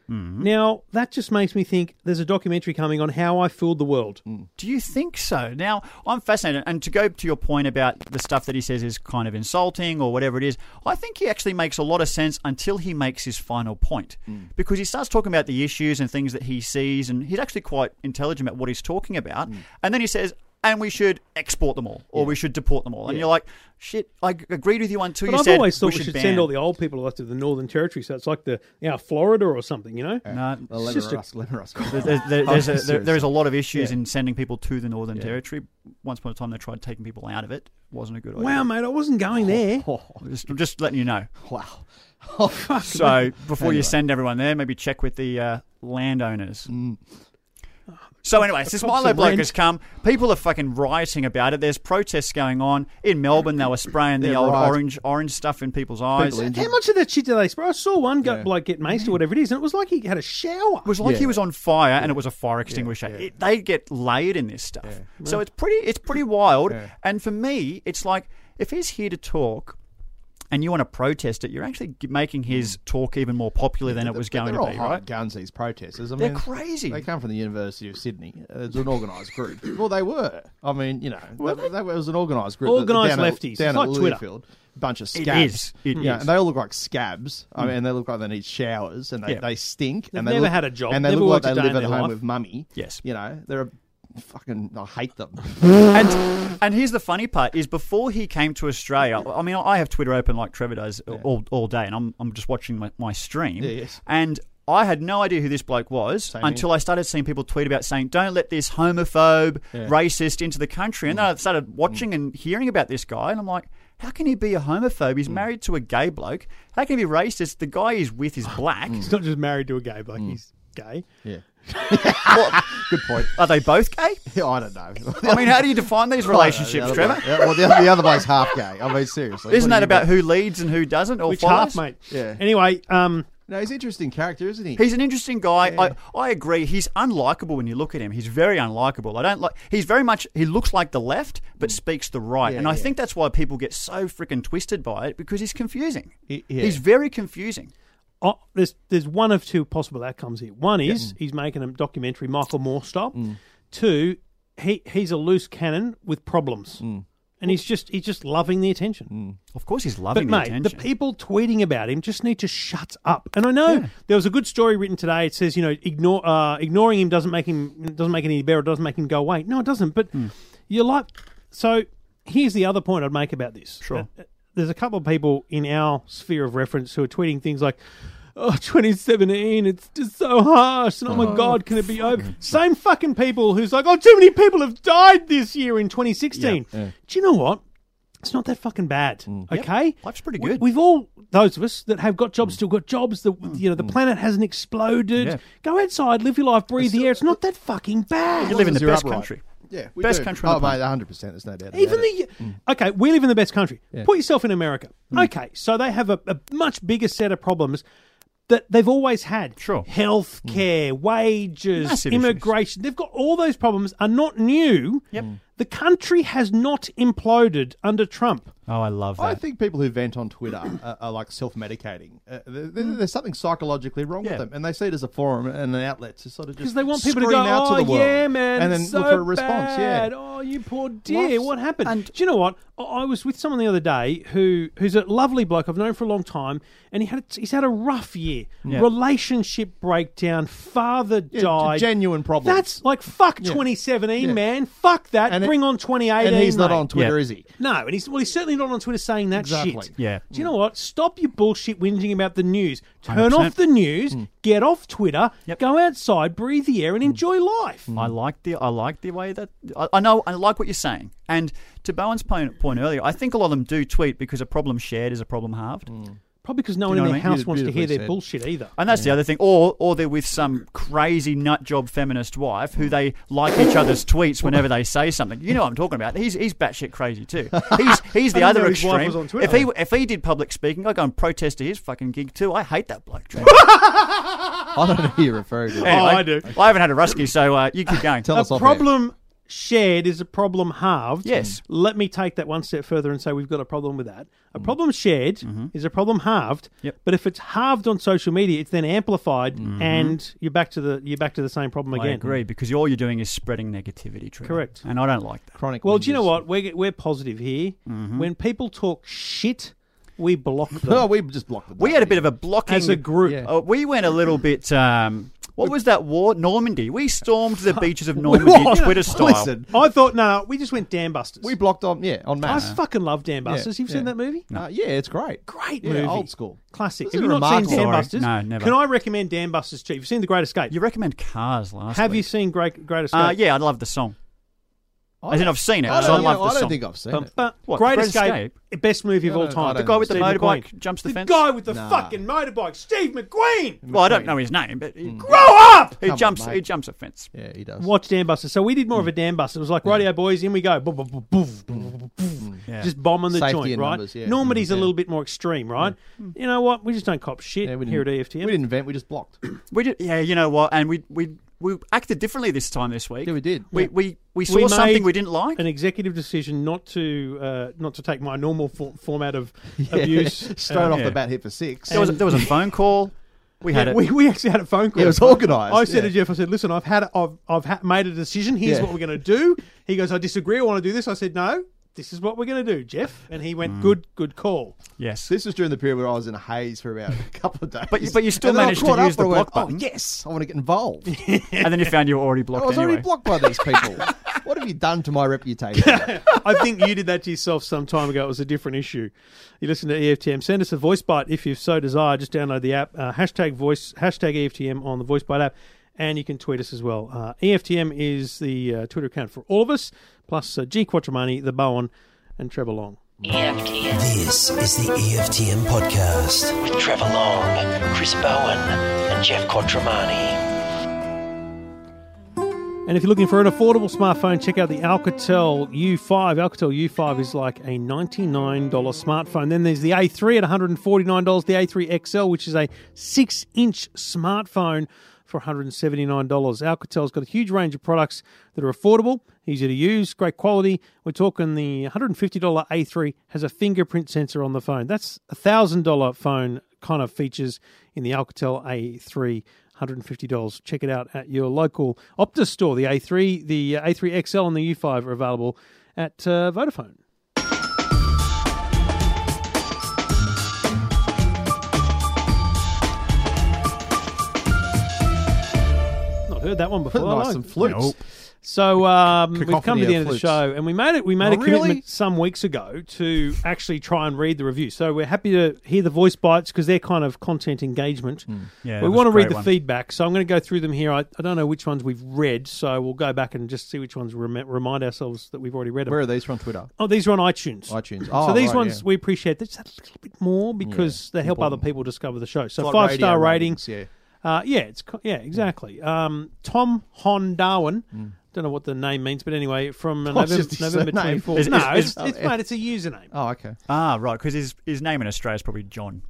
Now, that just makes me think there's a documentary coming on how I fooled the world. Do you think so? Now, I'm fascinated. And to go to your point about the stuff that he says is kind of insulting or whatever it is, I think he actually makes a lot of sense until he makes his final point. Because he starts talking about the issues and things that he sees, and he's actually quite intelligent about what he's talking about. And then he says, and we should export them all, or we should deport them all. And you're like, shit, I g- agreed with you until But you I've said always thought we should, ban." send all the old people off to the Northern Territory, so it's like the you know, Florida or something, you know? No, Well, let just her a- ask. Let her ask. There- there- there's, a, there, Seriously. there's a lot of issues in sending people to the Northern Territory. Once upon a time, they tried taking people out of it. Wasn't a good idea. Wow, mate, I wasn't going there. Just, just letting you know. Wow. Oh, fuck. So before you send everyone there, maybe check with the uh, landowners. Mm. So anyway, this cost Milo of bloke rent. has come. People are fucking rioting about it. There's protests going on in Melbourne. They were spraying the Yeah, old right. orange orange stuff in people's eyes. People in- How much of that shit did they spray? I saw one go, bloke get maced or whatever it is, and it was like he had a shower. It was like he Yeah. was on fire and it was a fire extinguisher. It, they get layered in this stuff. So it's pretty it's pretty wild. And for me, it's like if he's here to talk and you want to protest it, you're actually g- making Mm. his talk even more popular than it was going They're to all be, hot right? guns, these protesters. I They're mean, crazy. They come from the University of Sydney. Uh, It's an organised group. well, they were. I mean, you know, they, they, it was an organised group. Organised down at- lefties. Down It's at like Twitter. Learfield. Bunch of scabs. is. It yeah, is. And they all look like scabs. I mean, they look like they need showers and they, Yeah. they stink. and They've they never look, had a job, And they never look worked like a they day live in their at home life. with mummy. Yes. You know, they're a fucking. I hate them. and and here's the funny part is before he came to Australia, I mean, I have Twitter open like Trevor does all, all day, and I'm, I'm just watching my, my stream. yes. And I had no idea who this bloke was until I started seeing people tweet about saying, don't let this homophobe, racist into the country. And then I Mm. started watching and hearing about this guy, and I'm like, how can he be a homophobe? Mm. He's married to a gay bloke. How can he be racist? The guy he's with Mm. is black. He's not just married to a gay bloke, he's gay. yeah. Good point. Are they both gay? I don't know. I mean, how do you define these relationships, The other Trevor? bloke- yeah, well, the, other- the other bloke's half gay. I mean, seriously. Isn't What that do you about who leads and who doesn't? Or Which follows? half, mate? Yeah. Anyway, um, No, he's an interesting character, isn't he? He's an interesting guy. I, I agree. He's unlikable when you look at him. He's very unlikable. I don't like. He's very much. He looks like the left, but speaks the right. and I think that's why people get so freaking twisted by it because he's confusing. He- yeah. He's very confusing. oh, there's there's one of two possible outcomes here. One is he's making a documentary, Michael Moore style. Two, he he's a loose cannon with problems, and he's just he's just loving the attention. Of course, he's But loving the mate, the attention. people tweeting about him just need to shut up. And I know there was a good story written today. It says you know ignore uh, ignoring him doesn't make him doesn't make it any better. It doesn't make him go away. No, it doesn't. But Hmm. you're like so. Here's the other point I'd make about this. Sure. Uh, There's a couple of people in our sphere of reference who are tweeting things like. Oh, 2017, it's just so harsh. And oh, my God, can it be over? Same fucking people who's like, oh, too many people have died this year in 2016. Do you know what? It's not that fucking bad. Okay, Life's pretty We- good. Mm. we've all those of us that have got jobs still got jobs. The you know the planet hasn't exploded. Yeah. Go outside, live your life, breathe the air. It's not that fucking bad. you live in the You're best upright. country. Yeah, we Best do. country on Oh, the Mm. mate, planet. one hundred percent. There's no doubt. About Even it. the okay, we live in the best country. Put yourself in America. Mm. Okay, so they have a, a much bigger set of problems that they've always had. Sure. Mm. health care, wages, Massive issues. immigration. They've got all those problems are not new. Yep. The country has not imploded under Trump. Oh, I love that. I think people who vent on Twitter are, are like self-medicating. Uh, there- Mm. there- there's something psychologically wrong Yeah. with them, and they see it as a forum and an outlet to sort of Because just they want people to go, scream out oh, to the world, yeah, man, and then it's so look for a response. bad. Yeah, Oh, you poor dear. Life's- what happened? and- Do you know what? I- I was with someone the other day who who's a lovely bloke I've known for a long time, and he had a, he's had a rough year. Relationship breakdown, father Yeah, died, genuine problem. That's like fuck 2017, Yeah. man. Fuck that. And it- Bring on 2018. and he's not mate. on Twitter, Yeah. is he? No, and he's well, he's certainly not on Twitter saying that Exactly. shit. Yeah. Do you know what? Stop your bullshit whinging about the news. Turn 100%. off the news. Get off Twitter. Hmm. Yep. Hmm. Go outside, breathe the air, and enjoy life. I like the I like the way that I, I know I like what you're saying. And to Bowen's point, point earlier, I think a lot of them do tweet because a problem shared is a problem halved. Probably because no one know in what their I mean? house Beaut- wants to hear beautifully their said. bullshit either. And that's the other thing. Or or they're with some crazy nut job feminist wife who they like each other's tweets whenever they say something. You know what I'm talking about. He's he's batshit crazy too. He's he's the I didn't other know his wife extreme. was on Twitter. if he if he did public speaking, I go and protest to his fucking gig too. I hate that bloke. Trevor. I don't know who you're referring to. Anyway, Oh, I do. I haven't had a rusky, so uh, you keep going. Tell A us off air. problem shared is a problem halved. Yes. Hmm. Let me take that one step further and say we've got a problem with that. A problem shared is a problem halved. Mm-hmm. Yep. Mm-hmm. But if it's halved on social media, it's then amplified, and you're back to the you're back to the same problem I again. agree because all you're doing is spreading negativity. Trevor. Correct. And I don't like that. Chronic. Well, do you know what? whinges. We're we're positive here. When people talk shit, we block them. Oh, we just blocked them. We had a bit of a blocking As a group. Yeah. Uh, we went a little bit. Um, what was that war? Normandy. We stormed the beaches of Normandy, What? Twitter style. Listen, I thought no, no, we just went Dan Busters. we blocked on. Yeah, on I mass. fucking love Dan Busters. You've seen yeah. that movie? Uh, yeah, it's gregreat. Great Yeah, movie, old school. classic. This Have is you not seen remarkable. Dan Sorry. Busters? No, never. Can I recommend Dan Busters to you? You've seen The Great Escape. You recommend Cars last Have you week. seen Great Great Escape? Uh, yeah, I love the song. I As in, don't- I've seen it. I so don't, I know, love the I don't song. think I've seen Bum, it. bum. What, Great, Great Escape, best movie of I all don't- time. I The guy with the Steve motorbike McQueen. jumps the, The fence. guy with the Nah. fucking motorbike, Steve McQueen. Well, I don't know his name, but Mm. he, Grow up. he Come on, jumps. he mate. jumps a fence. Yeah, he does. Watch Dan Buster. So we did Hmm. more of a Dan Buster. It was like, radio boys, in we go. Boof, boof, boof, boof, boof, boof. Yeah. Just bombing the Hmm. Safety joint, in right? numbers, yeah. Normandy's a Yeah. Hmm. little bit more extreme, right? You know what? We just don't cop shit Yeah, we here at E didn't- EFTM. We didn't invent. We just blocked. We did, yeah, you know what? And we we we acted differently this time this week. Yeah, we did. We Yeah. we, we saw We made something we didn't like. an executive decision not to uh, not to take my normal for- format of abuse Straight uh, off yeah. the bat, hit for six. There was a, there was a phone call. We had yeah, it. we, we actually had a phone call. It was organised, I said yeah. to Jeff, I said, "Listen, I've had, I've, I've ha- made a decision. Here's Yeah. what we're going to do." He goes, "I disagree. I want to do this." I said, "No, this is what we're going to do, Jeff." And he went, Hmm. "Good, good call." yes. This was during the period where I was in a haze for about a couple of days. But you- but you still And then I managed to caught up use the and I went, block button. Oh yes, I want to get involved. and then you found you were already blocked I was anyway. already blocked by these people. what have you done to my reputation? I think you did that to yourself some time ago. It was a different issue. You listen to E EFTM. Send us a voice bite if you so desire. Just download the app. Uh, hashtag voice hashtag E EFTM on the voice bite app, and you can tweet us as well. Uh, EFTM is the uh, Twitter account for all of us, plus uh, G Quattromani, the Bowen, and Trevor Long. E EFTM. This is the E EFTM podcast with Trevor Long, Chris Bowen, and Jeff Quattromani. And if you're looking for an affordable smartphone, check out the Alcatel U5. Alcatel U5 is like a $99 smartphone. Then there's the A3 at $149, the A3 XL, which is a six inch smartphone for $179. Alcatel's got a huge range of products that are affordable, easy to use, great quality. We're talking the $150 A3 has a fingerprint sensor on the phone. That's a $1,000 phone kind of features in the Alcatel A3. $150. Check it out at your local Optus store. The A3, the uh, A3 XL, and the U5 are available at uh, Vodafone. Not heard that one before. I nice like. and flutes. So um, we've come Cacophony to the of end of the flutes. show, and we made it. We made a Oh, commitment really? some weeks ago to actually try and read the review. So we're happy to hear the voice bites because they're kind of content engagement. Hmm. we Yeah, that was want to a great read the one. feedback, so I'm going to go through them here. I, I don't know which ones we've read, so we'll go back and just see which ones rem- remind ourselves that we've already read them. Where are these from? Twitter, Oh, these are on iTunes. iTunes. So Oh, these right, ones yeah. we appreciate just a little bit more because they help important. other people discover the show. So Like five radio star ratings. Yeah. Uh, yeah, it's co- yeah, exactly. Um, Tom Hon Darwin. Don't know what the name means, but anyway, from uh, Oh, November, it's Hmm. just his November surname. 24. Is- no, is- it's, is- it's, mate, it's a username. Oh, okay. Ah, right, because his his name in Australia is probably John.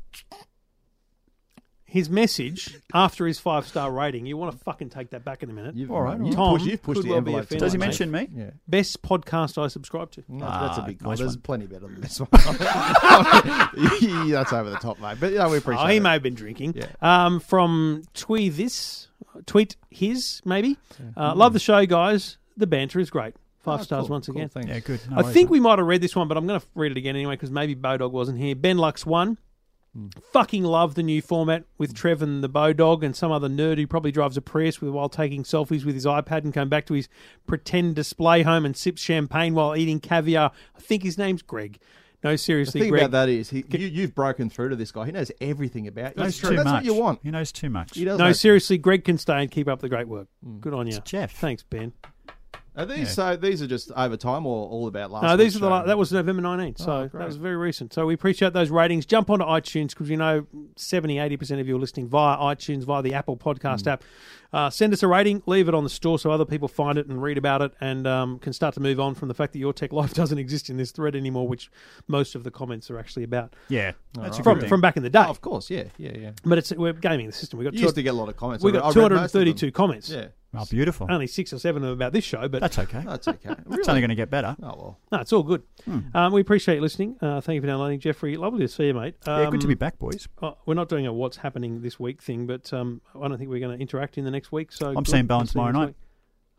His message after his five star rating, you want to fucking take that back in a minute. You've, All right, You've all right. pushed, you've pushed Could the well be envelope. offended. tonight, Does he mate. mention me? Yeah. Best podcast I subscribe to. No, that's a Ah, big one. nice There's one. plenty better than this one. that's over the top, mate. But yeah, we appreciate Oh, he it. may have been drinking. Yeah. Um, from Twee This, tweet his, maybe. Uh, Love the show, guys. The banter is great. Five Oh, stars cool, once cool, again. thanks. Yeah, good. No I worries, think mate. we might have read this one, but I'm going to read it again anyway because maybe Bowdog wasn't here. Ben Lux won. Hmm. Fucking love the new format with Trev and the Bowdog and some other nerd who probably drives a Prius with, while taking selfies with his iPad and going back to his pretend display home and sips champagne while eating caviar. I think his name's Greg. No, seriously, The thing Greg. about that is, he, you, you've broken through to this guy. He knows everything about you. He knows So too that's much. what you want. He knows too much. He does No, know- seriously, Greg can stay and keep up the great work. Hmm. Good on you, Jeff. Thanks, Ben. Are these so? These are just over time, or all about last? No, these are week's the la- show? that was November Oh, 19th, so that was very recent. So we appreciate those ratings. Jump onto iTunes because we know 70, 80% of you are listening via iTunes, via the Apple Podcast Hmm. app. Uh, send us a rating, leave it on the store so other people find it and read about it and um, can start to move on from the fact that your tech life doesn't exist in this thread anymore, which most of the comments are actually about yeah, that's a good from, thing. from back in the day. Oh, of course, yeah, yeah, yeah. but it's we're gaming the system. We've got You two, used to get a lot of comments. we I read- got I read most of them. 232 comments. Yeah, Oh, beautiful. Only six or seven of them about this show, but That's okay. That's okay. It's only going to get better. Oh well. no, it's all good. Hmm. Um, we appreciate you listening. Uh, thank you for downloading, Jeffrey. Lovely to see you, mate. Um, yeah, good to be back, boys. uh, we're not doing a what's happening this week thing, but um, I don't think we're going to interact in the next week. So I'm seeing Bowen I'll see you tomorrow next night. week.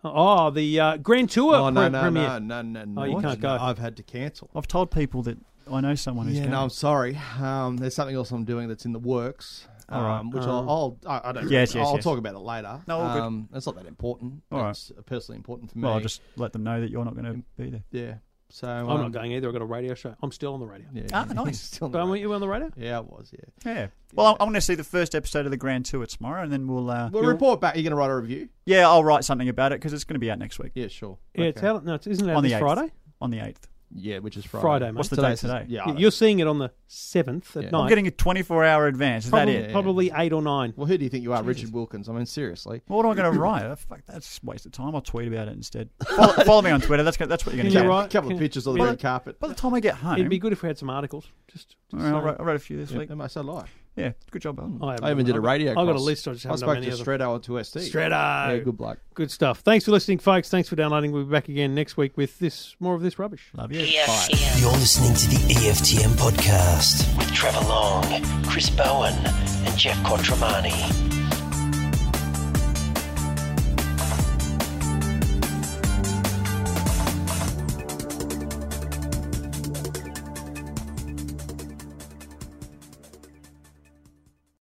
Oh, the uh, Grand Tour Oh no pre- no, premiere. no no no no. Oh, you can't go. I've had to cancel. I've told people that I know someone who's Yeah, going. no, I'm sorry. Um, there's something else I'm doing that's in the works. Um, right. Which I'll, I'll I, I don't. Yes, yes, I'll yes. talk about it later. No, all good. um, it's not that important. All right. it's personally important for me. well, I'll just let them know that you're not going to be there. yeah. So um, I'm not going either. I've got a radio show. I'm still on the radio. Yeah, Ah, nice. Still But not- weren't you on the radio? yeah, it was. Yeah. Yeah. Well, I'm, I'm going to see the first episode of the Grand Tour tomorrow, and then we'll. Uh, We'll report back. You're going to write a review. yeah, I'll write something about it because it's going to be out next week Yeah, sure. Yeah, it's Okay. out. No, it's, isn't it out on the this 8th, Friday? On the eighth, Yeah, which is Friday. Friday, mate. What's the day Today's- today? Yeah, I Y- don't You're seeing it on the seventh at Oh, Yeah. I'm night. I'm getting a 24-hour advance. Is probably, that it? probably eight or nine. Well, who do you think you are, Richard Wilkins? I mean, seriously. What am I going to write? Oh, fuck, that's a waste of time. I'll tweet about it instead. Follow, follow me on Twitter. That's gonna, that's what you're going Can to you get. write- A couple Can- of pictures of the Well, red carpet. By the time I get home, It'd be good if we had some articles. Just, eh? all just right, I, saying. wrote, I wrote a few this week. Am I so live? Yeah, good job, Alan. haven't I even did a done- radio. I've got a cross. list. I just I haven't done spoke many to of them. Stredo and 2SD. Stretto. Yeah, good luck. Good stuff. Thanks for listening, folks. Thanks for downloading. We'll be back again next week with this more of this rubbish. Love you. E EFTM. You're listening to the E EFTM podcast with Trevor Long, Chris Bowen, and Jeff Quattromani.